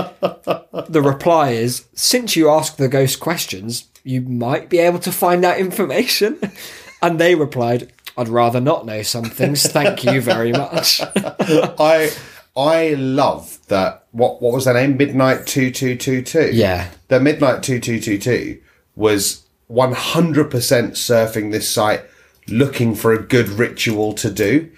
Speaker 2: the reply is since you ask the ghost questions you might be able to find out information and they replied i'd rather not know some things thank you very much
Speaker 3: I I love that. What what was their name? Midnight two two two two.
Speaker 2: Yeah.
Speaker 3: The midnight two two two two was one hundred percent surfing this site, looking for a good ritual to do,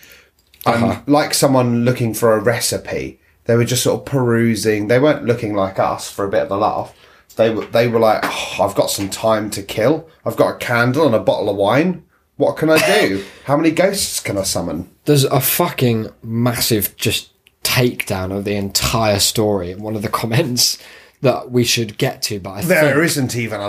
Speaker 3: and
Speaker 2: Uh-huh.
Speaker 3: like someone looking for a recipe. They were just sort of perusing. They weren't looking like us for a bit of a laugh. They were they were like, "Oh, I've got some time to kill. I've got a candle and a bottle of wine. What can I do? How many ghosts can I summon?
Speaker 2: there's a fucking massive just takedown of the entire story in one of the comments that we should get to, but I
Speaker 3: There isn't even a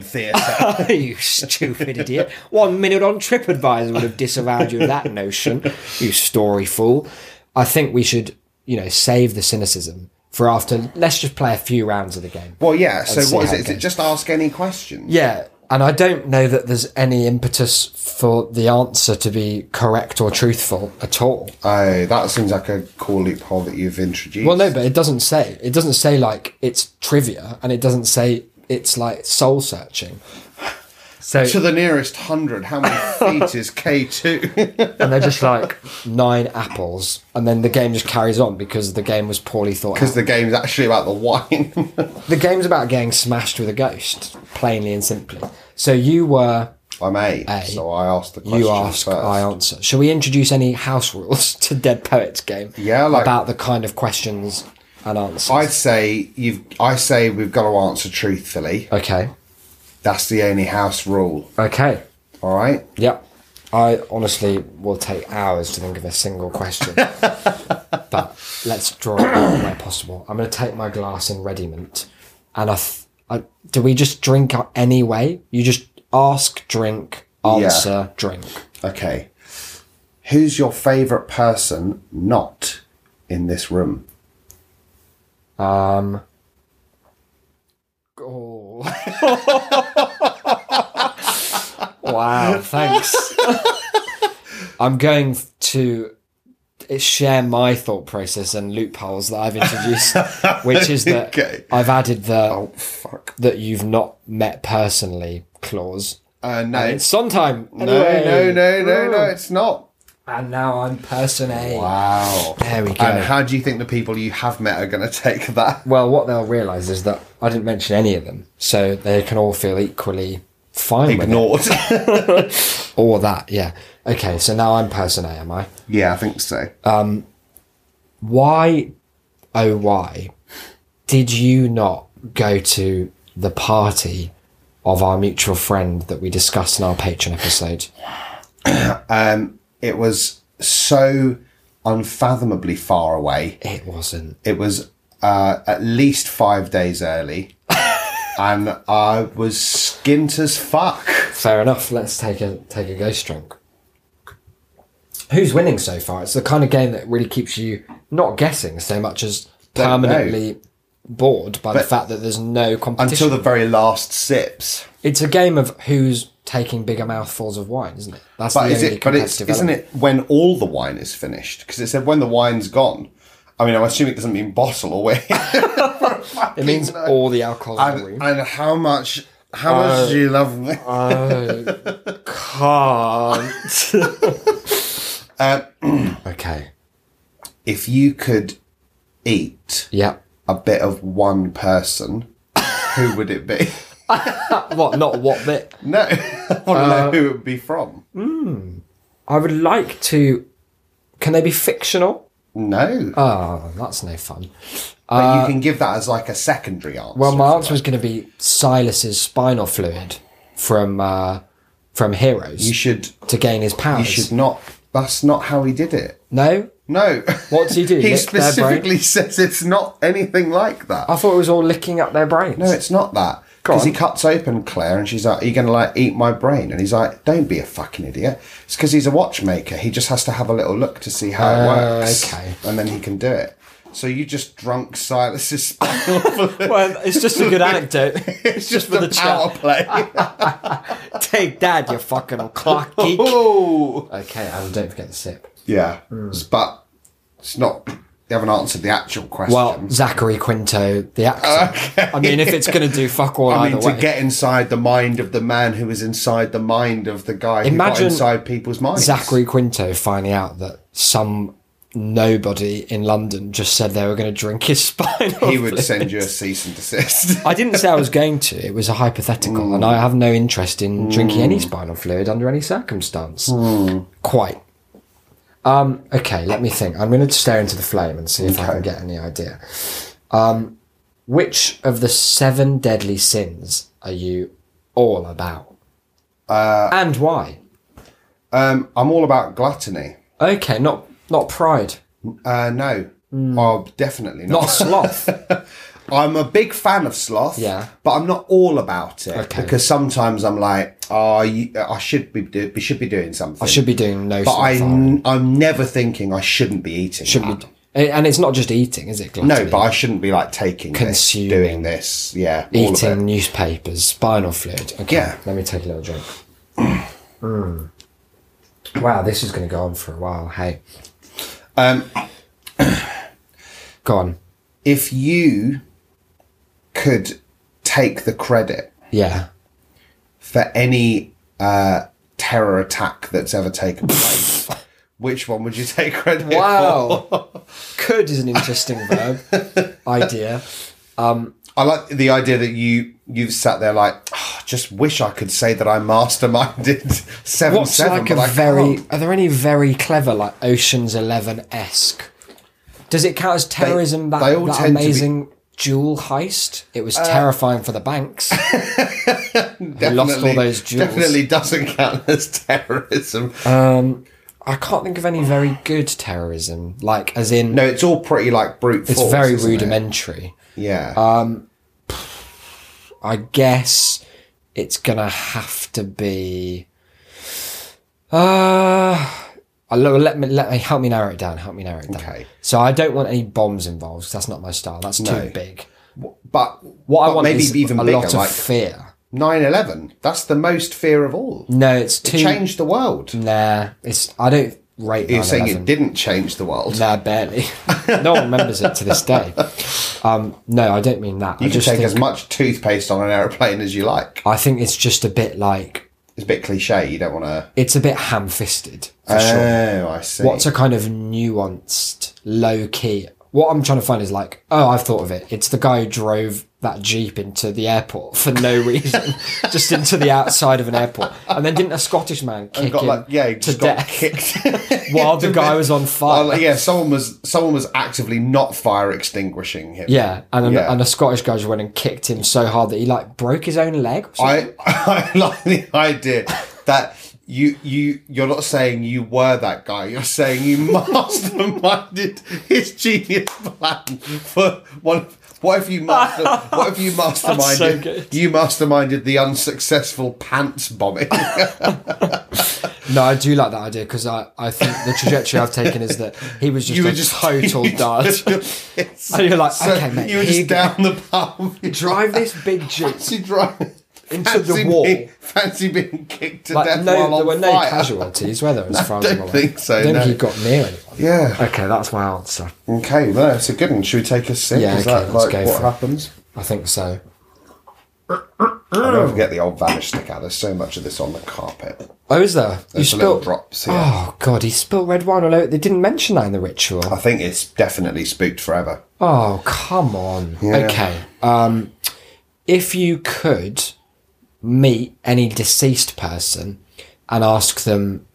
Speaker 3: theatre.
Speaker 2: think you stupid idiot. One minute on TripAdvisor would have disavowed you of that notion, you story fool. I think we should, you know, save the cynicism for after. Let's just play a few rounds of the game.
Speaker 3: well, yeah. So
Speaker 2: see
Speaker 3: what is
Speaker 2: how
Speaker 3: it?
Speaker 2: it
Speaker 3: Is it
Speaker 2: goes.
Speaker 3: just ask any question?
Speaker 2: Yeah, and I don't know that there's any impetus for the answer to be correct or truthful at all.
Speaker 3: Oh, that seems like a cool loophole that you've introduced.
Speaker 2: Well, no, but it doesn't say. It doesn't say like it's trivia, and it doesn't say it's like soul searching. So
Speaker 3: to the nearest hundred, how many feet is K two?
Speaker 2: and they're just like nine apples, and then the game just carries on because the game was poorly thought out.
Speaker 3: Because the game's actually about the wine.
Speaker 2: The game's about getting smashed with a ghost, plainly and simply. So you were
Speaker 3: I'm A,
Speaker 2: A.
Speaker 3: so I asked the question
Speaker 2: You ask,
Speaker 3: first.
Speaker 2: I answer. Shall we introduce any house rules to Dead Poets Game?
Speaker 3: Yeah, like-
Speaker 2: about the kind of questions and answers.
Speaker 3: I say you've. I say we've got to answer truthfully.
Speaker 2: okay,
Speaker 3: That's the only house rule.
Speaker 2: okay,
Speaker 3: All right.
Speaker 2: yep. I honestly will take hours to think of a single question, but let's draw it out where possible. I'm going to take my glass in readiment, and I, th- I do we just drink out anyway? You just ask, drink, answer, drink.
Speaker 3: Okay. Who's your favourite person not in this room?
Speaker 2: Um. Oh. wow, thanks. I'm going to share my thought process and loopholes that I've introduced, which is that
Speaker 3: Okay.
Speaker 2: I've added the
Speaker 3: Oh fuck.
Speaker 2: that you've not met personally clause.
Speaker 3: Uh, no.
Speaker 2: It's sometime.
Speaker 3: no, no, no, no, no. It's not.
Speaker 2: And now I'm person A.
Speaker 3: Wow.
Speaker 2: There we go.
Speaker 3: And how do you think the people you have met are going to take that?
Speaker 2: Well, what they'll realise is that I didn't mention any of them, so they can all feel equally fine with
Speaker 3: Ignored.
Speaker 2: it. Or that, yeah. Okay, so now I'm person A, am I?
Speaker 3: yeah, I think so.
Speaker 2: Why, oh why, did you not go to the party of our mutual friend that we discussed in our Patreon episode?
Speaker 3: Um, it was so unfathomably far away.
Speaker 2: It wasn't.
Speaker 3: It was uh, at least five days early, and I was skint as fuck.
Speaker 2: Fair enough. Let's take a take a ghost drink. Who's winning so far? It's the kind of game that really keeps you not guessing so much as
Speaker 3: Don't know.
Speaker 2: permanently bored by the
Speaker 3: But-
Speaker 2: fact that there's no competition.
Speaker 3: Until the very last sips.
Speaker 2: it's a game of who's taking bigger mouthfuls of wine, isn't it? That's
Speaker 3: But
Speaker 2: the
Speaker 3: is
Speaker 2: only
Speaker 3: it? But it's
Speaker 2: competitive
Speaker 3: isn't
Speaker 2: element.
Speaker 3: it when all the wine is finished? Because it said when the wine's gone. I mean, I'm assuming it doesn't mean bottle or way.
Speaker 2: It means all the alcohol in the room.
Speaker 3: and, and how much? How much do you love me?
Speaker 2: Can't. okay.
Speaker 3: Um, if you could eat
Speaker 2: Yep.
Speaker 3: a bit of one person, who would it be?
Speaker 2: What? Not what bit?
Speaker 3: No, I want to
Speaker 2: Uh,
Speaker 3: know who it would be from.
Speaker 2: I would like to. Can they be fictional?
Speaker 3: No,
Speaker 2: Oh, that's no fun.
Speaker 3: but you can give that as like a secondary answer.
Speaker 2: uh, Well, my answer was going to be Silas's spinal fluid from uh, from Heroes
Speaker 3: you should.
Speaker 2: to gain his
Speaker 3: You
Speaker 2: powers.
Speaker 3: should not. That's not how he did it.
Speaker 2: No,
Speaker 3: No.
Speaker 2: What does he do,
Speaker 3: he
Speaker 2: lick their brain?
Speaker 3: specifically says it's not anything like that.
Speaker 2: I thought it was all licking up their brains.
Speaker 3: No, it's not that. Because
Speaker 2: on.
Speaker 3: he cuts open Claire and she's like, Are you going to like eat my brain? And he's like, Don't be a fucking idiot. It's because he's a watchmaker. He just has to have a little look to see how it
Speaker 2: Oh,
Speaker 3: works.
Speaker 2: okay.
Speaker 3: And then he can do it. So you just drunk Silas's spinal fluid.
Speaker 2: well, it's just a good anecdote.
Speaker 3: It's just, the power play.
Speaker 2: Take dad, you fucking clock geek.
Speaker 3: Ooh.
Speaker 2: Okay, and don't forget the sip.
Speaker 3: Yeah.
Speaker 2: Mm.
Speaker 3: But it's not. You haven't answered the actual question.
Speaker 2: Well, Um, Zachary Quinto, the actor. I mean, if it's going to do fuck all
Speaker 3: I mean,
Speaker 2: either
Speaker 3: to
Speaker 2: way.
Speaker 3: get inside the mind of the man who is inside the mind of the guy who
Speaker 2: Imagine
Speaker 3: got inside people's minds.
Speaker 2: Zachary Quinto finding out that some nobody in London just said they were going to drink his spinal
Speaker 3: He would send you a cease and desist.
Speaker 2: I didn't say I was going to. It was a hypothetical, and I have no interest
Speaker 3: Hmm.
Speaker 2: in drinking any spinal fluid under any circumstance. Quite. Um, okay, let me think. I'm going to stare into the flame and see if I can get any idea. Um, which of the seven deadly sins are you all about? Uh, and why?
Speaker 3: Um, I'm all about gluttony.
Speaker 2: Okay, not not pride,
Speaker 3: Uh, no. Oh, definitely not.
Speaker 2: Hmm. not sloth.
Speaker 3: I'm a big fan of sloth.
Speaker 2: Yeah.
Speaker 3: But I'm not all about it
Speaker 2: Okay.
Speaker 3: because sometimes I'm like, oh, you, I should be do, we should be doing something.
Speaker 2: I should be doing no.
Speaker 3: But
Speaker 2: sloth
Speaker 3: I,
Speaker 2: either.
Speaker 3: am never thinking I shouldn't be eating.
Speaker 2: shouldn't
Speaker 3: that.
Speaker 2: be. And it's not just eating, is it?
Speaker 3: No,
Speaker 2: gluttony?
Speaker 3: but I shouldn't be like taking this,
Speaker 2: Consuming.
Speaker 3: doing this. Yeah. all of it.
Speaker 2: eating newspapers, spinal fluid. Okay,
Speaker 3: Yeah.
Speaker 2: let me take a little drink. Mm. Wow, this is going to go on for a while. Hey,
Speaker 3: Um,
Speaker 2: go on.
Speaker 3: if you could take the credit
Speaker 2: Yeah.
Speaker 3: for any uh, terror attack that's ever taken place, which one would you take credit for?
Speaker 2: Wow. Could is an interesting verb idea.
Speaker 3: I like the idea that you you've sat there like, oh, just wish I could say that I masterminded seven
Speaker 2: What's
Speaker 3: seven.
Speaker 2: like
Speaker 3: but
Speaker 2: a
Speaker 3: I
Speaker 2: very?
Speaker 3: can't.
Speaker 2: Are there any very clever like Ocean's Eleven esque? Does it count as terrorism? that
Speaker 3: they all
Speaker 2: that
Speaker 3: tend to be-
Speaker 2: amazing jewel heist. It was terrifying for the banks.
Speaker 3: definitely,
Speaker 2: lost all those jewels. Uh,
Speaker 3: Definitely doesn't count as terrorism.
Speaker 2: I can't think of any very good terrorism. Like as in,
Speaker 3: no, it's all pretty like brute
Speaker 2: it's
Speaker 3: force.
Speaker 2: very
Speaker 3: isn't it?
Speaker 2: rudimentary. Uh,
Speaker 3: Yeah.
Speaker 2: I guess it's gonna have to be. Uh, I lo- let me let me help me narrow it down. Help me narrow it down.
Speaker 3: Okay.
Speaker 2: So I don't want any bombs involved. 'cause that's not my style. That's
Speaker 3: No.
Speaker 2: too big.
Speaker 3: but
Speaker 2: What
Speaker 3: but
Speaker 2: I want
Speaker 3: maybe
Speaker 2: is
Speaker 3: even
Speaker 2: a
Speaker 3: bigger,
Speaker 2: lot of
Speaker 3: like
Speaker 2: fear.
Speaker 3: 9-11. That's the most fear of all.
Speaker 2: No, it's
Speaker 3: It
Speaker 2: too.
Speaker 3: changed the world.
Speaker 2: Nah, it's. I don't rate.
Speaker 3: You're saying
Speaker 2: 9/11.
Speaker 3: it didn't change the world.
Speaker 2: Nah, barely. no one remembers it to this day. Um, no, I don't mean that.
Speaker 3: you
Speaker 2: I
Speaker 3: can
Speaker 2: just
Speaker 3: take
Speaker 2: think,
Speaker 3: as much toothpaste on an aeroplane as you like.
Speaker 2: I think it's just a bit like
Speaker 3: It's a bit cliche. You don't want to.
Speaker 2: it's a bit ham-fisted. For
Speaker 3: Oh,
Speaker 2: sure.
Speaker 3: I see.
Speaker 2: What's a kind of nuanced, low key? What I'm trying to find is like, oh, I've thought of it. It's the guy who drove that jeep into the airport for no reason, just into the outside of an airport, and then didn't a Scottish man kick
Speaker 3: got
Speaker 2: him
Speaker 3: like yeah, he
Speaker 2: to
Speaker 3: just got
Speaker 2: death
Speaker 3: kicked
Speaker 2: while the guy was on fire?
Speaker 3: Oh, yeah, someone was someone was actively not fire extinguishing him.
Speaker 2: Yeah, and a,
Speaker 3: Yeah.
Speaker 2: and a Scottish guy just went and kicked him so hard that he like broke his own leg. or something.
Speaker 3: I I like the idea that you you you're not saying you were that guy. You're saying you masterminded his genius plan for one. What if you master? What if you masterminded?
Speaker 2: so good.
Speaker 3: you masterminded the unsuccessful pants bombing.
Speaker 2: no, I do like that idea because I, I think the trajectory I've taken is that he was just
Speaker 3: you
Speaker 2: a
Speaker 3: were just
Speaker 2: total
Speaker 3: you
Speaker 2: dud.
Speaker 3: just-
Speaker 2: And you're like,
Speaker 3: so
Speaker 2: okay, mate,
Speaker 3: You were
Speaker 2: here you
Speaker 3: just
Speaker 2: go.
Speaker 3: down the path. You
Speaker 2: Drive this big jeep
Speaker 3: fancy driving
Speaker 2: into the
Speaker 3: fancy
Speaker 2: wall.
Speaker 3: Being, fancy being kicked to
Speaker 2: Like
Speaker 3: death
Speaker 2: no,
Speaker 3: while
Speaker 2: there
Speaker 3: on
Speaker 2: were no
Speaker 3: fire.
Speaker 2: casualties, were there? As far as I'm
Speaker 3: don't
Speaker 2: aware?
Speaker 3: think so,
Speaker 2: I don't
Speaker 3: no.
Speaker 2: think he got near anyone.
Speaker 3: Yeah.
Speaker 2: Okay, that's my answer.
Speaker 3: Okay, well, that's a good one. Should we take a sip?
Speaker 2: Yeah,
Speaker 3: Is
Speaker 2: okay,
Speaker 3: that
Speaker 2: let's
Speaker 3: like
Speaker 2: go
Speaker 3: what
Speaker 2: for it.
Speaker 3: happens?
Speaker 2: I think so.
Speaker 3: I don't forget the old vanish stick out. There's so much of this on the carpet.
Speaker 2: Oh, is there? You
Speaker 3: There's the little
Speaker 2: spilled
Speaker 3: drops here.
Speaker 2: Oh god, he spilled red wine all over. They didn't mention that in the ritual.
Speaker 3: I think it's definitely spooked forever.
Speaker 2: Oh, come on.
Speaker 3: Yeah.
Speaker 2: Okay. Um, if you could meet any deceased person and ask them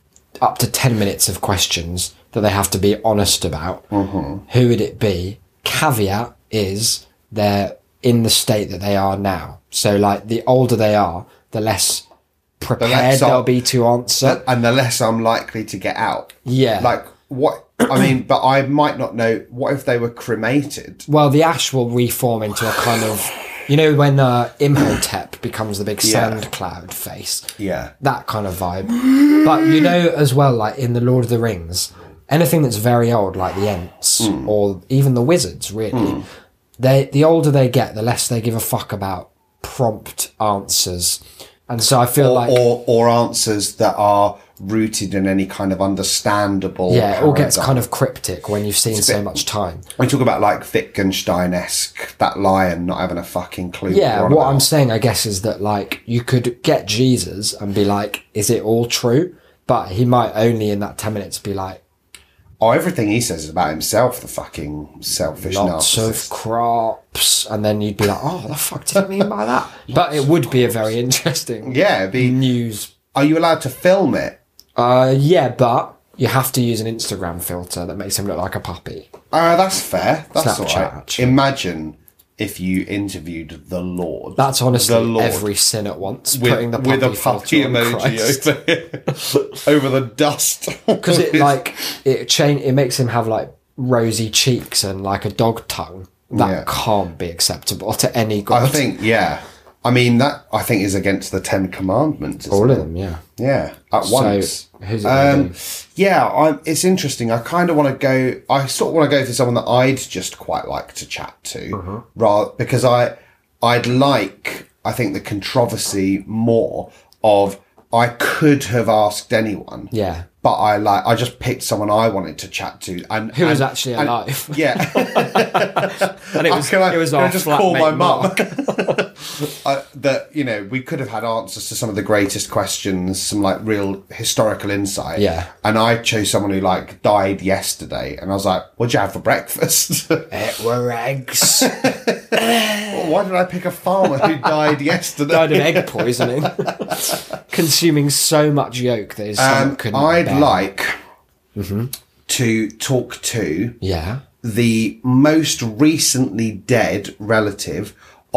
Speaker 2: up to 10 minutes of questions that they have to be honest about, who would it be? Caveat is they're in the state that they are now. So, like, the older they are, the less prepared
Speaker 3: I'll-
Speaker 2: they'll be to answer.
Speaker 3: And the less I'm likely to get out.
Speaker 2: Yeah.
Speaker 3: Like, what? I mean, but I might not know. What if they were cremated?
Speaker 2: Well, the ash will reform into a kind of, you know, when uh, Imhotep becomes the big
Speaker 3: Yeah.
Speaker 2: sand cloud face,
Speaker 3: Yeah.
Speaker 2: that kind of vibe. but you know, as well, like in the Lord of the Rings, anything that's very old, like the Ents
Speaker 3: Hmm.
Speaker 2: or even the Wizards, really, they the older they get, the less they give a fuck about prompt answers. And so I feel
Speaker 3: Or,
Speaker 2: like
Speaker 3: or, or answers that are rooted in any kind of understandable.
Speaker 2: yeah, it all gets
Speaker 3: paradigm.
Speaker 2: kind of cryptic when you've seen so
Speaker 3: bit-
Speaker 2: much time.
Speaker 3: We talk about like Wittgenstein esque, that lion not having a fucking clue.
Speaker 2: Yeah,
Speaker 3: we're on
Speaker 2: what
Speaker 3: about.
Speaker 2: I'm saying, I guess, is that like you could get Jesus and be like, "Is it all true?" But he might only in that ten minutes be like,
Speaker 3: Oh, everything he says is about himself, the fucking selfish
Speaker 2: "Lots
Speaker 3: narcissist.
Speaker 2: of crops," and then you'd be like, "Oh, the fuck did I mean by that?" But it would be a very interesting
Speaker 3: Yeah, it'd be,
Speaker 2: news.
Speaker 3: are you allowed to film it?
Speaker 2: Uh, yeah, but you have to use an Instagram filter that makes him look like a puppy.
Speaker 3: Uh, that's fair. That's all
Speaker 2: Snapchat,
Speaker 3: right.
Speaker 2: actually.
Speaker 3: Imagine if you interviewed the Lord.
Speaker 2: That's honestly
Speaker 3: The Lord.
Speaker 2: every sin at once.
Speaker 3: with,
Speaker 2: putting the puppy
Speaker 3: with a puppy
Speaker 2: filter on Christ.
Speaker 3: emoji over, over the dust.
Speaker 2: because it like it change it makes him have like rosy cheeks and like a dog tongue that
Speaker 3: Yeah.
Speaker 2: can't be acceptable to any god
Speaker 3: I think, yeah. I mean, that I think is against the Ten Commandments. isn't
Speaker 2: all
Speaker 3: it?
Speaker 2: of them yeah
Speaker 3: Yeah, at once.
Speaker 2: who's it gonna
Speaker 3: um, yeah, I'm, it's interesting. I kind of want to go. I sort of want to go for someone that I'd just quite like to chat to,
Speaker 2: Uh-huh.
Speaker 3: rather because I, I'd like. I think the controversy more of I could have asked anyone.
Speaker 2: yeah
Speaker 3: but I like I just picked someone I wanted to chat to and
Speaker 2: Who was
Speaker 3: and-
Speaker 2: actually
Speaker 3: and-
Speaker 2: alive.
Speaker 3: yeah,
Speaker 2: And it was,
Speaker 3: can I,
Speaker 2: it was
Speaker 3: can
Speaker 2: our
Speaker 3: I just call
Speaker 2: flatmate
Speaker 3: my
Speaker 2: Mark.
Speaker 3: mum? I- that you know we could have had answers to some of the greatest questions, some like real historical insight.
Speaker 2: Yeah.
Speaker 3: and I chose someone who like died yesterday, and I was like, "What'd you have for breakfast?"
Speaker 2: It were eggs.
Speaker 3: Why did I pick a farmer who died yesterday?
Speaker 2: died of egg poisoning. Consuming so much yolk that his stomach
Speaker 3: Um,
Speaker 2: couldn't
Speaker 3: I'd
Speaker 2: bear.
Speaker 3: like
Speaker 2: Mm-hmm.
Speaker 3: to talk to
Speaker 2: Yeah.
Speaker 3: the most recently dead relative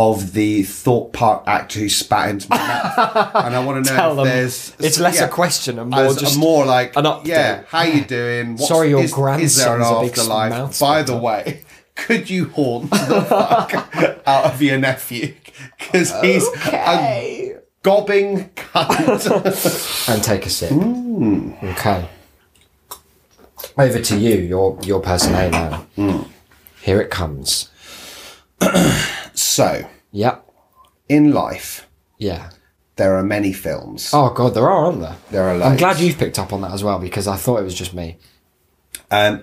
Speaker 3: of the Thorpe Park actor who spat into my mouth, and I want to know
Speaker 2: Tell
Speaker 3: if
Speaker 2: them.
Speaker 3: there's
Speaker 2: It's less a question and more
Speaker 3: As a
Speaker 2: just
Speaker 3: more like
Speaker 2: an update.
Speaker 3: Yeah, how you doing? What's,
Speaker 2: Sorry, your
Speaker 3: is, is there an
Speaker 2: grandson's a big
Speaker 3: afterlife?
Speaker 2: mouth
Speaker 3: By the way. Could you haunt the fuck out of your nephew? Because he's a gobbing cunt.
Speaker 2: And take a sip. Mm. Okay. Over to you, your your person A now. Here it comes.
Speaker 3: so,
Speaker 2: Yep.
Speaker 3: in life,
Speaker 2: Yeah.
Speaker 3: there are many films.
Speaker 2: Oh god, there are, aren't there?
Speaker 3: There are
Speaker 2: I'm
Speaker 3: loads.
Speaker 2: glad you've picked up on that as well because I thought it was just me.
Speaker 3: Um,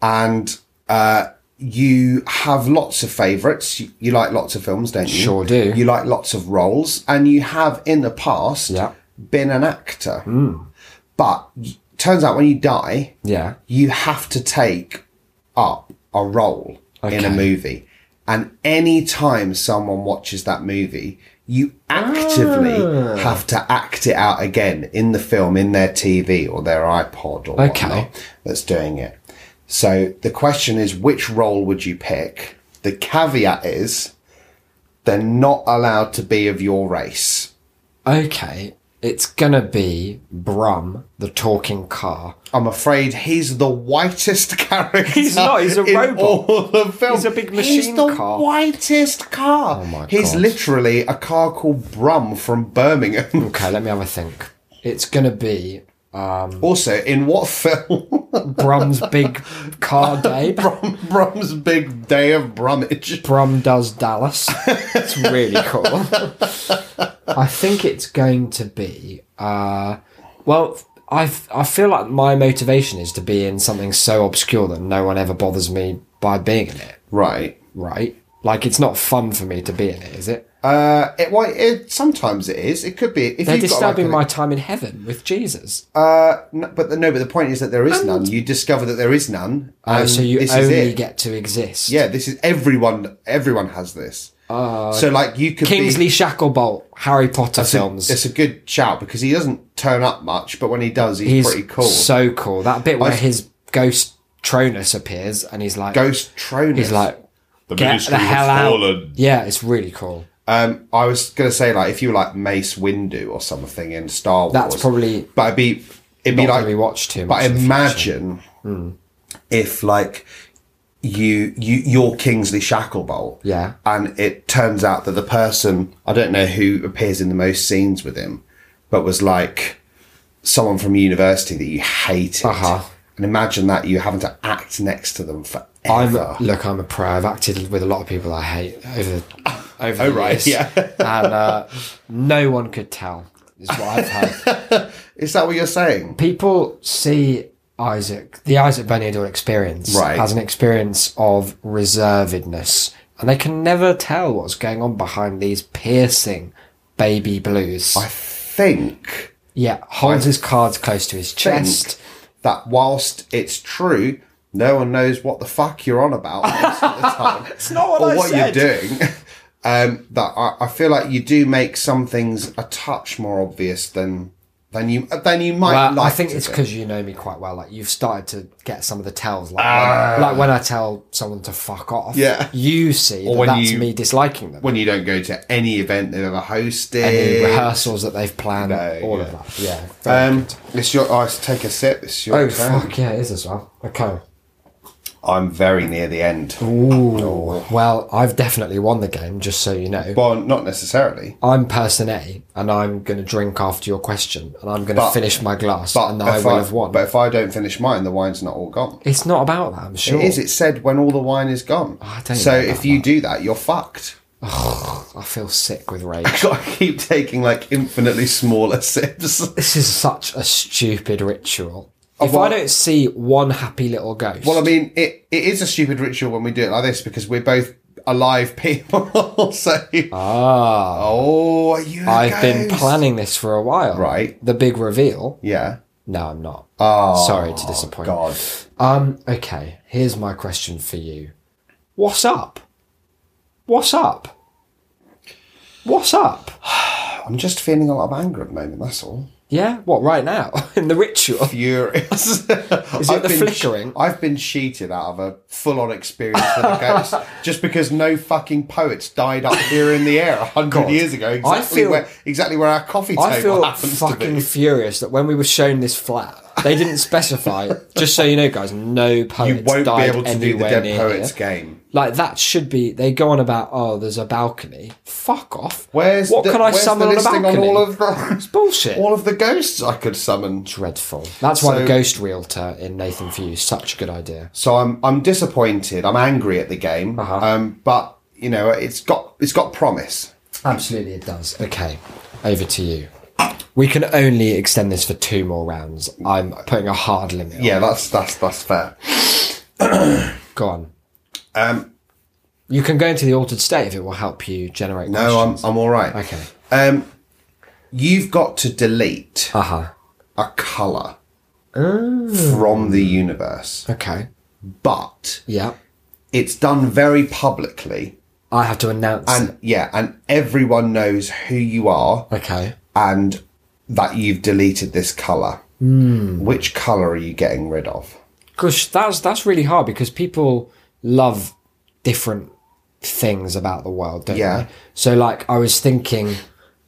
Speaker 3: and uh, you have lots of favourites. You, you like lots of films, don't you?
Speaker 2: Sure do.
Speaker 3: You like lots of roles, and you have in the past
Speaker 2: Yeah. Hmm.
Speaker 3: been an actor. But y- turns out when you die,
Speaker 2: Yeah.
Speaker 3: you have to take up a role in
Speaker 2: Okay.
Speaker 3: a movie. And any time someone watches that movie, you actively
Speaker 2: Ah.
Speaker 3: have to act it out again in the film, in their TV or their iPod or
Speaker 2: Okay.
Speaker 3: whatnot that's doing it. So the question is, which role would you pick? The caveat is they're not allowed to be of your race.
Speaker 2: Okay. It's gonna be Brum, the talking car.
Speaker 3: I'm afraid he's the whitest character.
Speaker 2: He's not, he's a
Speaker 3: in
Speaker 2: robot.
Speaker 3: All the films.
Speaker 2: He's a big
Speaker 3: He's
Speaker 2: machine
Speaker 3: the
Speaker 2: car.
Speaker 3: whitest car.
Speaker 2: Oh my
Speaker 3: he's
Speaker 2: God.
Speaker 3: literally a car called Brum from Birmingham.
Speaker 2: Okay, let me have a think. It's gonna be
Speaker 3: also, in what film?
Speaker 2: Brum's big car day.
Speaker 3: Brum, Brum's big day of Brummage.
Speaker 2: Brum does Dallas. It's really cool. I think it's going to be. Uh, well, I I feel like my motivation is to be in something so obscure that no one ever bothers me by being in it.
Speaker 3: Right.
Speaker 2: Right? Like it's not fun for me to be in it, is it?
Speaker 3: Uh, it, well, it, sometimes it is. It could be. If
Speaker 2: They're
Speaker 3: you've got, like,
Speaker 2: disturbing
Speaker 3: an-
Speaker 2: my time in heaven with Jesus.
Speaker 3: Uh, no, but the, no, but the point is that there is none. You discover that there is none.
Speaker 2: Oh,
Speaker 3: and
Speaker 2: so you
Speaker 3: Um, this is
Speaker 2: only
Speaker 3: it.
Speaker 2: get to exist.
Speaker 3: Yeah, this is everyone. Everyone has this. so like you could be,
Speaker 2: Uh, Kingsley Shacklebolt, Harry Potter
Speaker 3: a-
Speaker 2: films.
Speaker 3: It's a good shout because he doesn't turn up much, but when he does, he's,
Speaker 2: he's
Speaker 3: pretty cool.
Speaker 2: So cool. That bit where
Speaker 3: I-
Speaker 2: his ghost Tronus appears and he's like
Speaker 3: Ghost Tronus.
Speaker 2: He's like,
Speaker 5: The
Speaker 2: get
Speaker 5: Ministry
Speaker 2: the
Speaker 5: has
Speaker 2: hell out.
Speaker 5: fallen.
Speaker 2: Yeah, it's really cool.
Speaker 3: um, I was gonna say like if you were like Mace Windu or something in Star Wars,
Speaker 2: That's probably
Speaker 3: But it'd be it'd be
Speaker 2: not
Speaker 3: like
Speaker 2: gonna be watched too much
Speaker 3: But
Speaker 2: in the
Speaker 3: imagine if like you you you're Kingsley Shacklebolt,
Speaker 2: Yeah.
Speaker 3: and it turns out that the person I don't know who appears in the most scenes with him, but was like someone from university that you hated.
Speaker 2: Uh-huh.
Speaker 3: And imagine that you having to act next to them forever.
Speaker 2: I'm look, I'm a pro. I've acted with a lot of people I hate over over
Speaker 3: Oh,
Speaker 2: the
Speaker 3: right,
Speaker 2: years.
Speaker 3: yeah.
Speaker 2: and uh, no one could tell is what I've heard.
Speaker 3: Is that what you're saying?
Speaker 2: People see Isaac, the Isaac Benedor experience,
Speaker 3: Right.
Speaker 2: as an experience of reservedness, and they can never tell what's going on behind these piercing baby blues.
Speaker 3: I think
Speaker 2: yeah, holds his cards close to his chest.
Speaker 3: that whilst it's true, no one knows what the fuck you're on about most of the time. it's
Speaker 2: not what
Speaker 3: or
Speaker 2: I
Speaker 3: what
Speaker 2: said.
Speaker 3: you're doing. Um, that I, I feel like you do make some things a touch more obvious than than you than you might
Speaker 2: Well,
Speaker 3: like.
Speaker 2: I think
Speaker 3: to
Speaker 2: it's
Speaker 3: be.
Speaker 2: because you know me quite well. Like you've started to get some of the tells, like, when, like when I tell someone to fuck off.
Speaker 3: Ah. Yeah.
Speaker 2: you see that
Speaker 3: when
Speaker 2: that's
Speaker 3: you-
Speaker 2: me disliking them.
Speaker 3: when you don't go to any event they've ever hosted.
Speaker 2: Any rehearsals that they've planned,
Speaker 3: No,
Speaker 2: all
Speaker 3: yeah.
Speaker 2: of that. Yeah. very
Speaker 3: Um,
Speaker 2: good.
Speaker 3: it's your. I take a sip. It's your
Speaker 2: oh
Speaker 3: turn.
Speaker 2: fuck yeah, it is as well. Okay.
Speaker 3: I'm very near the end.
Speaker 2: Ooh. Oh, Well, I've definitely won the game. Just so you know,
Speaker 3: Well, not necessarily.
Speaker 2: I'm person A, and I'm going to drink after your question, and I'm going to
Speaker 3: But-
Speaker 2: finish my glass,
Speaker 3: But
Speaker 2: and I
Speaker 3: if
Speaker 2: will have won.
Speaker 3: But if I don't finish mine, the wine's not all gone.
Speaker 2: it's not about that. I'm sure. Oh,
Speaker 3: It is. It said when all the wine is gone.
Speaker 2: I don't
Speaker 3: so
Speaker 2: know
Speaker 3: if
Speaker 2: about
Speaker 3: you do that, you're fucked.
Speaker 2: I feel sick with rage.
Speaker 3: Got to keep taking like infinitely smaller sips.
Speaker 2: This is such a stupid ritual. If I don't see one happy little ghost,
Speaker 3: Oh, Well, I mean, it, it is a stupid ritual when we do it like this because we're both alive people. so,
Speaker 2: ah,
Speaker 3: oh, are you? a
Speaker 2: I've been
Speaker 3: ghost?
Speaker 2: planning this for a while.
Speaker 3: Right.
Speaker 2: The big reveal.
Speaker 3: Yeah.
Speaker 2: No, I'm not.
Speaker 3: Oh,
Speaker 2: Sorry to disappoint.
Speaker 3: God.
Speaker 2: Um, okay, here's my question for you. What's up? What's up? What's up?
Speaker 3: I'm just feeling a lot of anger at the moment. That's all.
Speaker 2: Yeah, what right now in the ritual?
Speaker 3: Furious. is
Speaker 2: it the flickering?
Speaker 3: I've been cheated out of a full-on experience with a ghost just because no fucking poets died up here in the air a hundred
Speaker 2: God.
Speaker 3: years ago. Exactly
Speaker 2: feel-
Speaker 3: where exactly where our coffee table
Speaker 2: I feel
Speaker 3: happens to
Speaker 2: fucking
Speaker 3: be.
Speaker 2: furious that when we were shown this flat, they didn't specify. just so you know, guys, no poets
Speaker 3: You won't be
Speaker 2: died
Speaker 3: able to do the
Speaker 2: anywhere
Speaker 3: dead
Speaker 2: near
Speaker 3: poets
Speaker 2: here.
Speaker 3: game.
Speaker 2: Like that should be. They go on about oh, there's a balcony. Fuck off.
Speaker 3: Where's
Speaker 2: what
Speaker 3: the,
Speaker 2: can I
Speaker 3: where's
Speaker 2: summon
Speaker 3: the
Speaker 2: on a
Speaker 3: listing
Speaker 2: balcony?
Speaker 3: all of the
Speaker 2: Bullshit.
Speaker 3: all of the ghosts I could summon?
Speaker 2: Dreadful. That's why the
Speaker 3: So-
Speaker 2: ghost realtor in Nathan Few is such a good idea.
Speaker 3: So I'm I'm disappointed. I'm angry at the game.
Speaker 2: Uh-huh.
Speaker 3: Um, but you know it's got it's got promise.
Speaker 2: Absolutely, it does. Okay, over to you. We can only extend this for two more rounds. I'm putting a hard limit. on
Speaker 3: Yeah,
Speaker 2: it.
Speaker 3: that's that's that's fair.
Speaker 2: Go on.
Speaker 3: Um,
Speaker 2: You can go into the altered state if it will help you generate.
Speaker 3: no, I'm
Speaker 2: questions.
Speaker 3: I'm all right.
Speaker 2: Okay.
Speaker 3: Um, you've got to delete
Speaker 2: Uh huh.
Speaker 3: a color from
Speaker 2: Oh.
Speaker 3: the universe,
Speaker 2: Okay.
Speaker 3: but
Speaker 2: Yeah.
Speaker 3: it's done very publicly,
Speaker 2: I have to announce. it.
Speaker 3: and yeah, and everyone knows who you are
Speaker 2: Okay.
Speaker 3: and that you've deleted this color.
Speaker 2: Hmm.
Speaker 3: Which color are you getting rid of?
Speaker 2: Gosh, that's that's really hard because people love different things about the world, don't
Speaker 3: Yeah.
Speaker 2: they? So, like, I was thinking,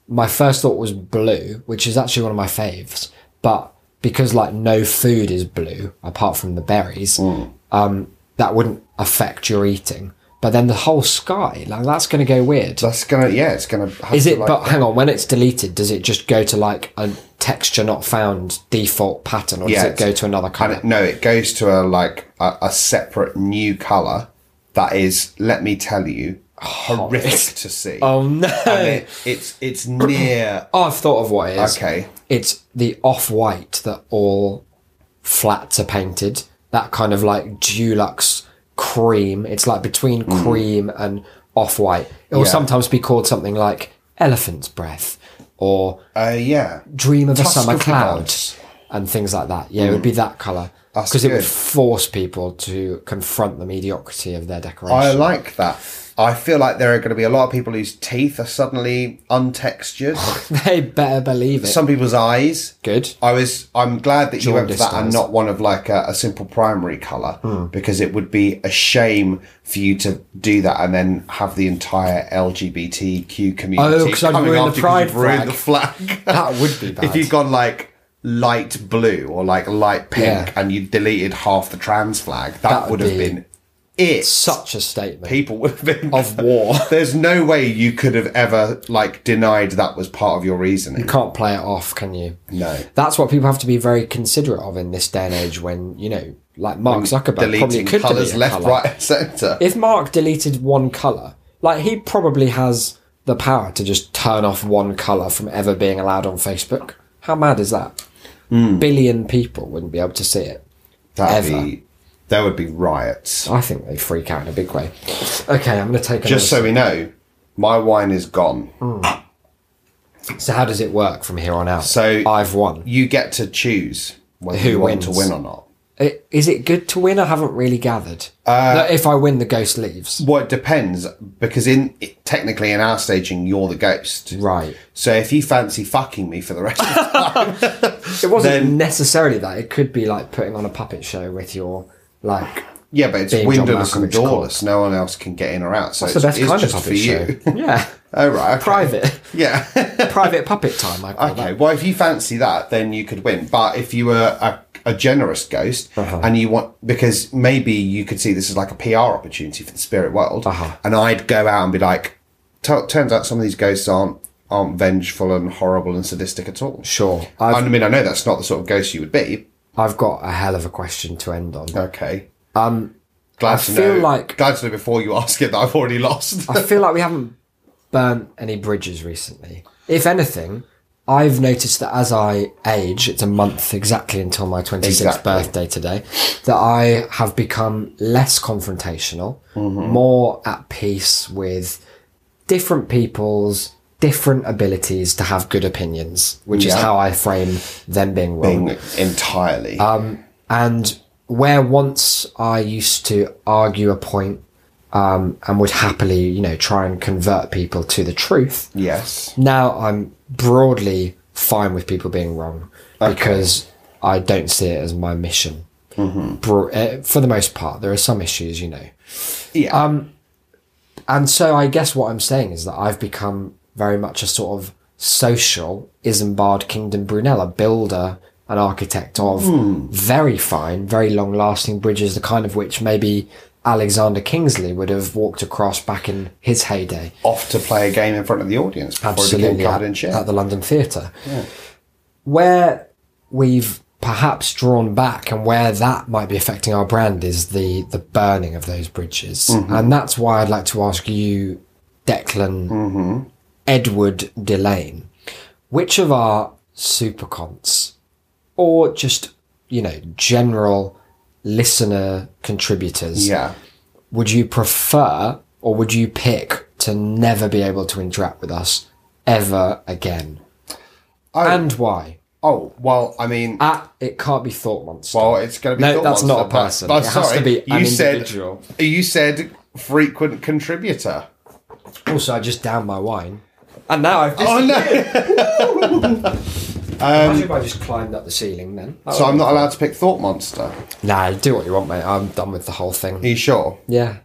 Speaker 2: my first thought was blue, which is actually one of my faves, but because like no food is blue apart from the berries,
Speaker 3: Mm.
Speaker 2: um, that wouldn't affect your eating. But then the whole sky, like, that's going to go weird.
Speaker 3: That's gonna yeah, it's gonna. Have
Speaker 2: Is
Speaker 3: to,
Speaker 2: it?
Speaker 3: like-
Speaker 2: but hang on, when it's deleted, does it just go to like a texture not found default pattern, or
Speaker 3: Yeah,
Speaker 2: does it
Speaker 3: it's-
Speaker 2: go to another
Speaker 3: and
Speaker 2: color?
Speaker 3: it, no, it goes to a like a, a separate new color that is. Let me tell you, horrific to see.
Speaker 2: oh no!
Speaker 3: And it, it's it's near.
Speaker 2: Oh, I've thought of what it is.
Speaker 3: Okay.
Speaker 2: It's the off white that all flats are painted. That kind of like Dulux cream. It's like between cream and off white. It will
Speaker 3: Mm. Yeah.
Speaker 2: sometimes be called something like elephant's breath or
Speaker 3: Uh, yeah,
Speaker 2: dream of
Speaker 3: Tusk
Speaker 2: a summer
Speaker 3: of the
Speaker 2: cloud
Speaker 3: Gods.
Speaker 2: and things like that. Yeah, it would be that colour.
Speaker 3: Mm. That's
Speaker 2: Because it would
Speaker 3: good.
Speaker 2: force people to confront the mediocrity of their decoration.
Speaker 3: I like that. I feel like there are going to be a lot of people whose teeth are suddenly untextured.
Speaker 2: they better believe it.
Speaker 3: Some people's eyes.
Speaker 2: Good.
Speaker 3: I was. I'm glad that you went for
Speaker 2: Jaundiced
Speaker 3: that and
Speaker 2: eyes.
Speaker 3: not one of like a, a simple primary color
Speaker 2: Hmm.
Speaker 3: because it would be a shame for you to do that and then have the entire LGBTQ community
Speaker 2: Oh, 'cause I'd
Speaker 3: coming
Speaker 2: ruin the
Speaker 3: after you
Speaker 2: pride
Speaker 3: you've ruined the flag.
Speaker 2: That would be bad.
Speaker 3: if you'd gone like light blue or like light pink
Speaker 2: Yeah.
Speaker 3: and you deleted half the trans flag, that,
Speaker 2: That would
Speaker 3: would have
Speaker 2: be
Speaker 3: been it.
Speaker 2: Such a statement
Speaker 3: People would have been
Speaker 2: of war.
Speaker 3: There's no way you could have ever like denied that was part of your reasoning.
Speaker 2: can't play it off, can you?
Speaker 3: No.
Speaker 2: That's what people have to be very considerate of in this day and age when, you know, like Mark Zuckerberg probably
Speaker 3: Deleting
Speaker 2: could
Speaker 3: colours
Speaker 2: delete a
Speaker 3: left,
Speaker 2: colour.
Speaker 3: right, and centre.
Speaker 2: If Mark deleted one colour, like he probably has the power to just turn off one colour from ever being allowed on Facebook. How mad is that?
Speaker 3: Hmm.
Speaker 2: Billion people wouldn't be able to see it.
Speaker 3: That'd
Speaker 2: ever. Oh,
Speaker 3: be there would be riots.
Speaker 2: I think they freak out in a big way. Okay, I'm going to take another
Speaker 3: Just so we know, my wine is gone.
Speaker 2: sip. So how does it work from here on out?
Speaker 3: So-
Speaker 2: I've won.
Speaker 3: You get to choose whether
Speaker 2: Who
Speaker 3: you want to
Speaker 2: wins?
Speaker 3: win or not.
Speaker 2: I- Is it good to win? I haven't really gathered.
Speaker 3: Uh,
Speaker 2: That if I win, the ghost leaves.
Speaker 3: Well, it depends because in technically in our staging, you're the ghost.
Speaker 2: Right.
Speaker 3: So if you fancy fucking me for the rest, of
Speaker 2: It wasn't
Speaker 3: then-
Speaker 2: necessarily that. It could be like putting on a puppet show with your like.
Speaker 3: yeah, but it's
Speaker 2: Being John
Speaker 3: windowless and
Speaker 2: Malkovich Court.
Speaker 3: doorless. No one else can get in or out. So
Speaker 2: That's
Speaker 3: it's,
Speaker 2: the best
Speaker 3: it's
Speaker 2: kind of
Speaker 3: just for
Speaker 2: puppet
Speaker 3: you.
Speaker 2: show. Yeah,
Speaker 3: oh right, okay.
Speaker 2: private,
Speaker 3: Yeah.
Speaker 2: private puppet time. I call
Speaker 3: Okay, well, if you fancy that, then you could win. But if you were a, a generous ghost
Speaker 2: Uh-huh.
Speaker 3: and you want, because maybe you could see this as like a PR opportunity for the spirit world,
Speaker 2: Uh-huh.
Speaker 3: and I'd go out and be like, "Tu- turns out some of these ghosts aren't aren't vengeful and horrible and sadistic at all.
Speaker 2: that. Sure,
Speaker 3: I
Speaker 2: I've,
Speaker 3: mean, I know that's not the sort of ghost you would be.
Speaker 2: I've got a hell of a question to end on.
Speaker 3: Okay.
Speaker 2: Um, I
Speaker 3: Glad to
Speaker 2: feel
Speaker 3: know.
Speaker 2: like-
Speaker 3: glad to know before you ask it that I've already lost.
Speaker 2: I feel like we haven't burnt any bridges recently. If anything, I've noticed that as I age, it's a month exactly until my 26th
Speaker 3: Exactly.
Speaker 2: birthday today, that I have become less confrontational,
Speaker 3: Mm-hmm.
Speaker 2: more at peace with different people's different abilities to have good opinions, which is
Speaker 3: Yeah.
Speaker 2: how I frame them being wrong.
Speaker 3: thing entirely.
Speaker 2: Um, and where once I used to argue a point, um, and would happily, you know, try and convert people to the truth,
Speaker 3: yes.
Speaker 2: now I'm broadly fine with people being wrong because I don't see it as my mission. Bro- uh, for the most part, there are some issues, you know.
Speaker 3: Yeah.
Speaker 2: um, And so I guess what I'm saying is that I've become very much a sort of social Isambard Kingdom Brunella builder and architect of very fine, very long lasting bridges, the kind of which maybe Alexander Kingsley would have walked across back in his heyday.
Speaker 3: off to play a game in front of the audience before it
Speaker 2: Absolutely.
Speaker 3: became covered in
Speaker 2: At,
Speaker 3: shit.
Speaker 2: at the London Theatre. Where we've perhaps drawn back and where that might be affecting our brand is the the burning of those bridges. And that's why I'd like to ask you, Declan Edward Delane, which of our supercons or just, you know, general listener contributors
Speaker 3: yeah.
Speaker 2: would you prefer or would you pick to never be able to interact with us ever again? And why?
Speaker 3: Oh well, I mean,
Speaker 2: At it can't be thought monster.
Speaker 3: well, it's going to be.
Speaker 2: Ah. No,
Speaker 3: Thought
Speaker 2: that's
Speaker 3: Monster,
Speaker 2: not a
Speaker 3: but-
Speaker 2: person.
Speaker 3: but
Speaker 2: It has
Speaker 3: sorry,
Speaker 2: to be an
Speaker 3: you
Speaker 2: individual.
Speaker 3: Said, you said frequent contributor.
Speaker 2: also, I just downed my wine, Um, and now I've just.
Speaker 3: Oh no!
Speaker 2: Imagine if I just climbed up the ceiling then.
Speaker 3: so I'm not allowed to pick Thought Monster.
Speaker 2: Nah, do what you want, mate. I'm done with the whole
Speaker 3: Are
Speaker 2: thing.
Speaker 3: you sure?
Speaker 2: Yeah,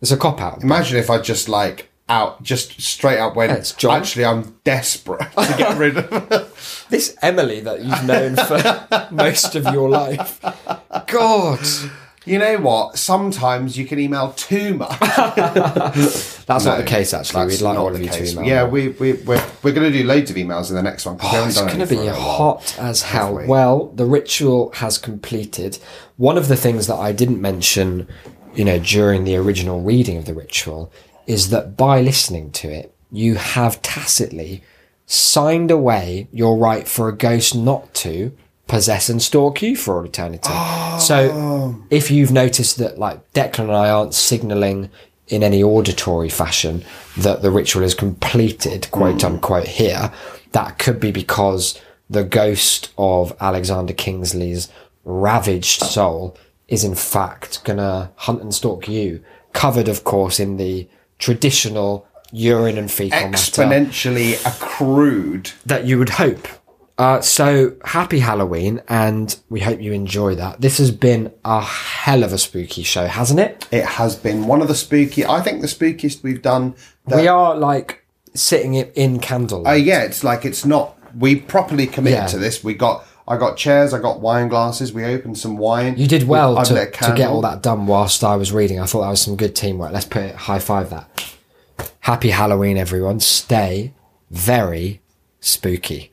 Speaker 2: it's a cop out.
Speaker 3: Imagine if I just like out, just straight up went.
Speaker 2: That's John.
Speaker 3: Actually, I'm desperate to get rid of.
Speaker 2: This Emily that you've known for most of your life. God,
Speaker 3: you know what? Sometimes you can email too much.
Speaker 2: that's not
Speaker 3: No,
Speaker 2: the case. Actually,
Speaker 3: that's
Speaker 2: we'd like
Speaker 3: not
Speaker 2: all of
Speaker 3: the
Speaker 2: you to
Speaker 3: case.
Speaker 2: email.
Speaker 3: Yeah,
Speaker 2: me.
Speaker 3: we, we, we're, we're going to do loads of emails in the next one. 'cause we
Speaker 2: Oh,
Speaker 3: haven't
Speaker 2: it's
Speaker 3: done
Speaker 2: going to
Speaker 3: any
Speaker 2: be
Speaker 3: for a little
Speaker 2: hot as hell.
Speaker 3: we?
Speaker 2: Well, the ritual has completed. One of the things that I didn't mention, you know, during the original reading of the ritual is that by listening to it, you have tacitly signed away your right for a ghost not to possess and stalk you for all eternity. So if you've noticed that like Declan and I aren't signalling in any auditory fashion that the ritual is completed, quote unquote, here, that could be because the ghost of Alexander Kingsley's ravaged soul is in fact gonna hunt and stalk you, covered, of course, in the traditional urine and fecal
Speaker 3: while.
Speaker 2: matter
Speaker 3: Exponentially accrued.
Speaker 2: that you would hope. Uh, so happy Halloween, and we hope you enjoy that. This has been a hell of a spooky show, hasn't it?
Speaker 3: It has been one of the spooky. I think the spookiest we've done. That,
Speaker 2: we are like sitting it in candlelight.
Speaker 3: uh, yeah, it's like it's not. We properly committed
Speaker 2: Yeah.
Speaker 3: to this. We got. I got chairs. I got wine glasses. We opened some wine.
Speaker 2: you did well
Speaker 3: I've
Speaker 2: to,
Speaker 3: lit a
Speaker 2: to get all
Speaker 3: candle.
Speaker 2: that done whilst I was reading. I thought that was some good teamwork. Let's put it high five that. Happy Halloween, everyone. Stay very spooky.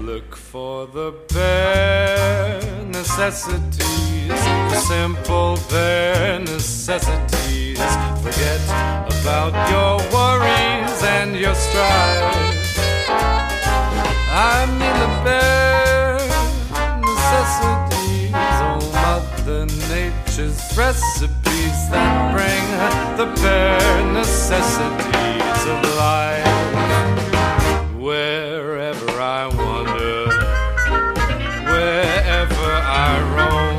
Speaker 1: Look for the bare necessities, simple bare necessities. Forget about your worries and your strife. I mean the bare necessities, oh Mother Nature's recipes that bring the bare necessities of life wherever I wander, wherever I roam,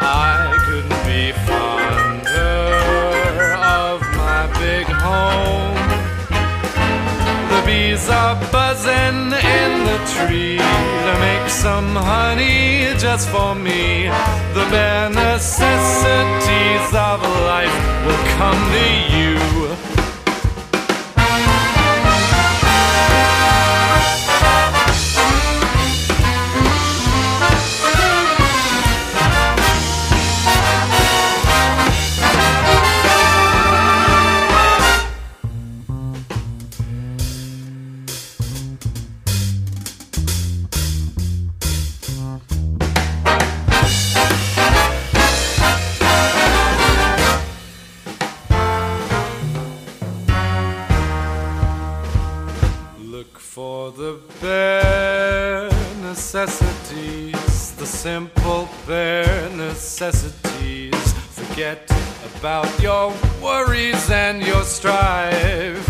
Speaker 1: I could be fonder of my big home. The bees are buzzing in the tree to make some honey just for me. The bare necessities of life will come to you. necessities, the simple bare necessities. Forget about your worries and your strife.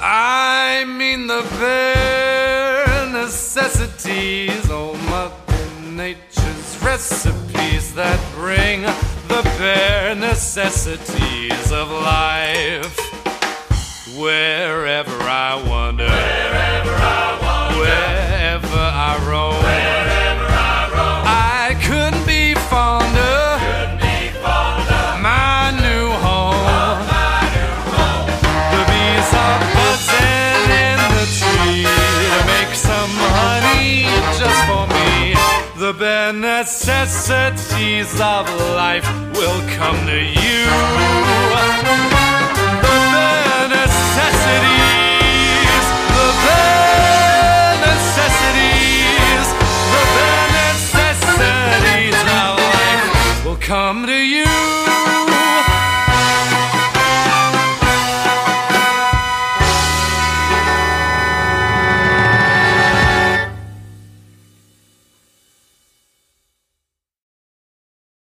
Speaker 1: I mean the bare necessities, oh Mother Nature's recipes that bring the bare necessities of life. Wherever I wander, wherever I roam, I couldn't be fonder. My new home. The bees are buzzing in the tree to make some honey just for me. The bare necessities of life will come to you.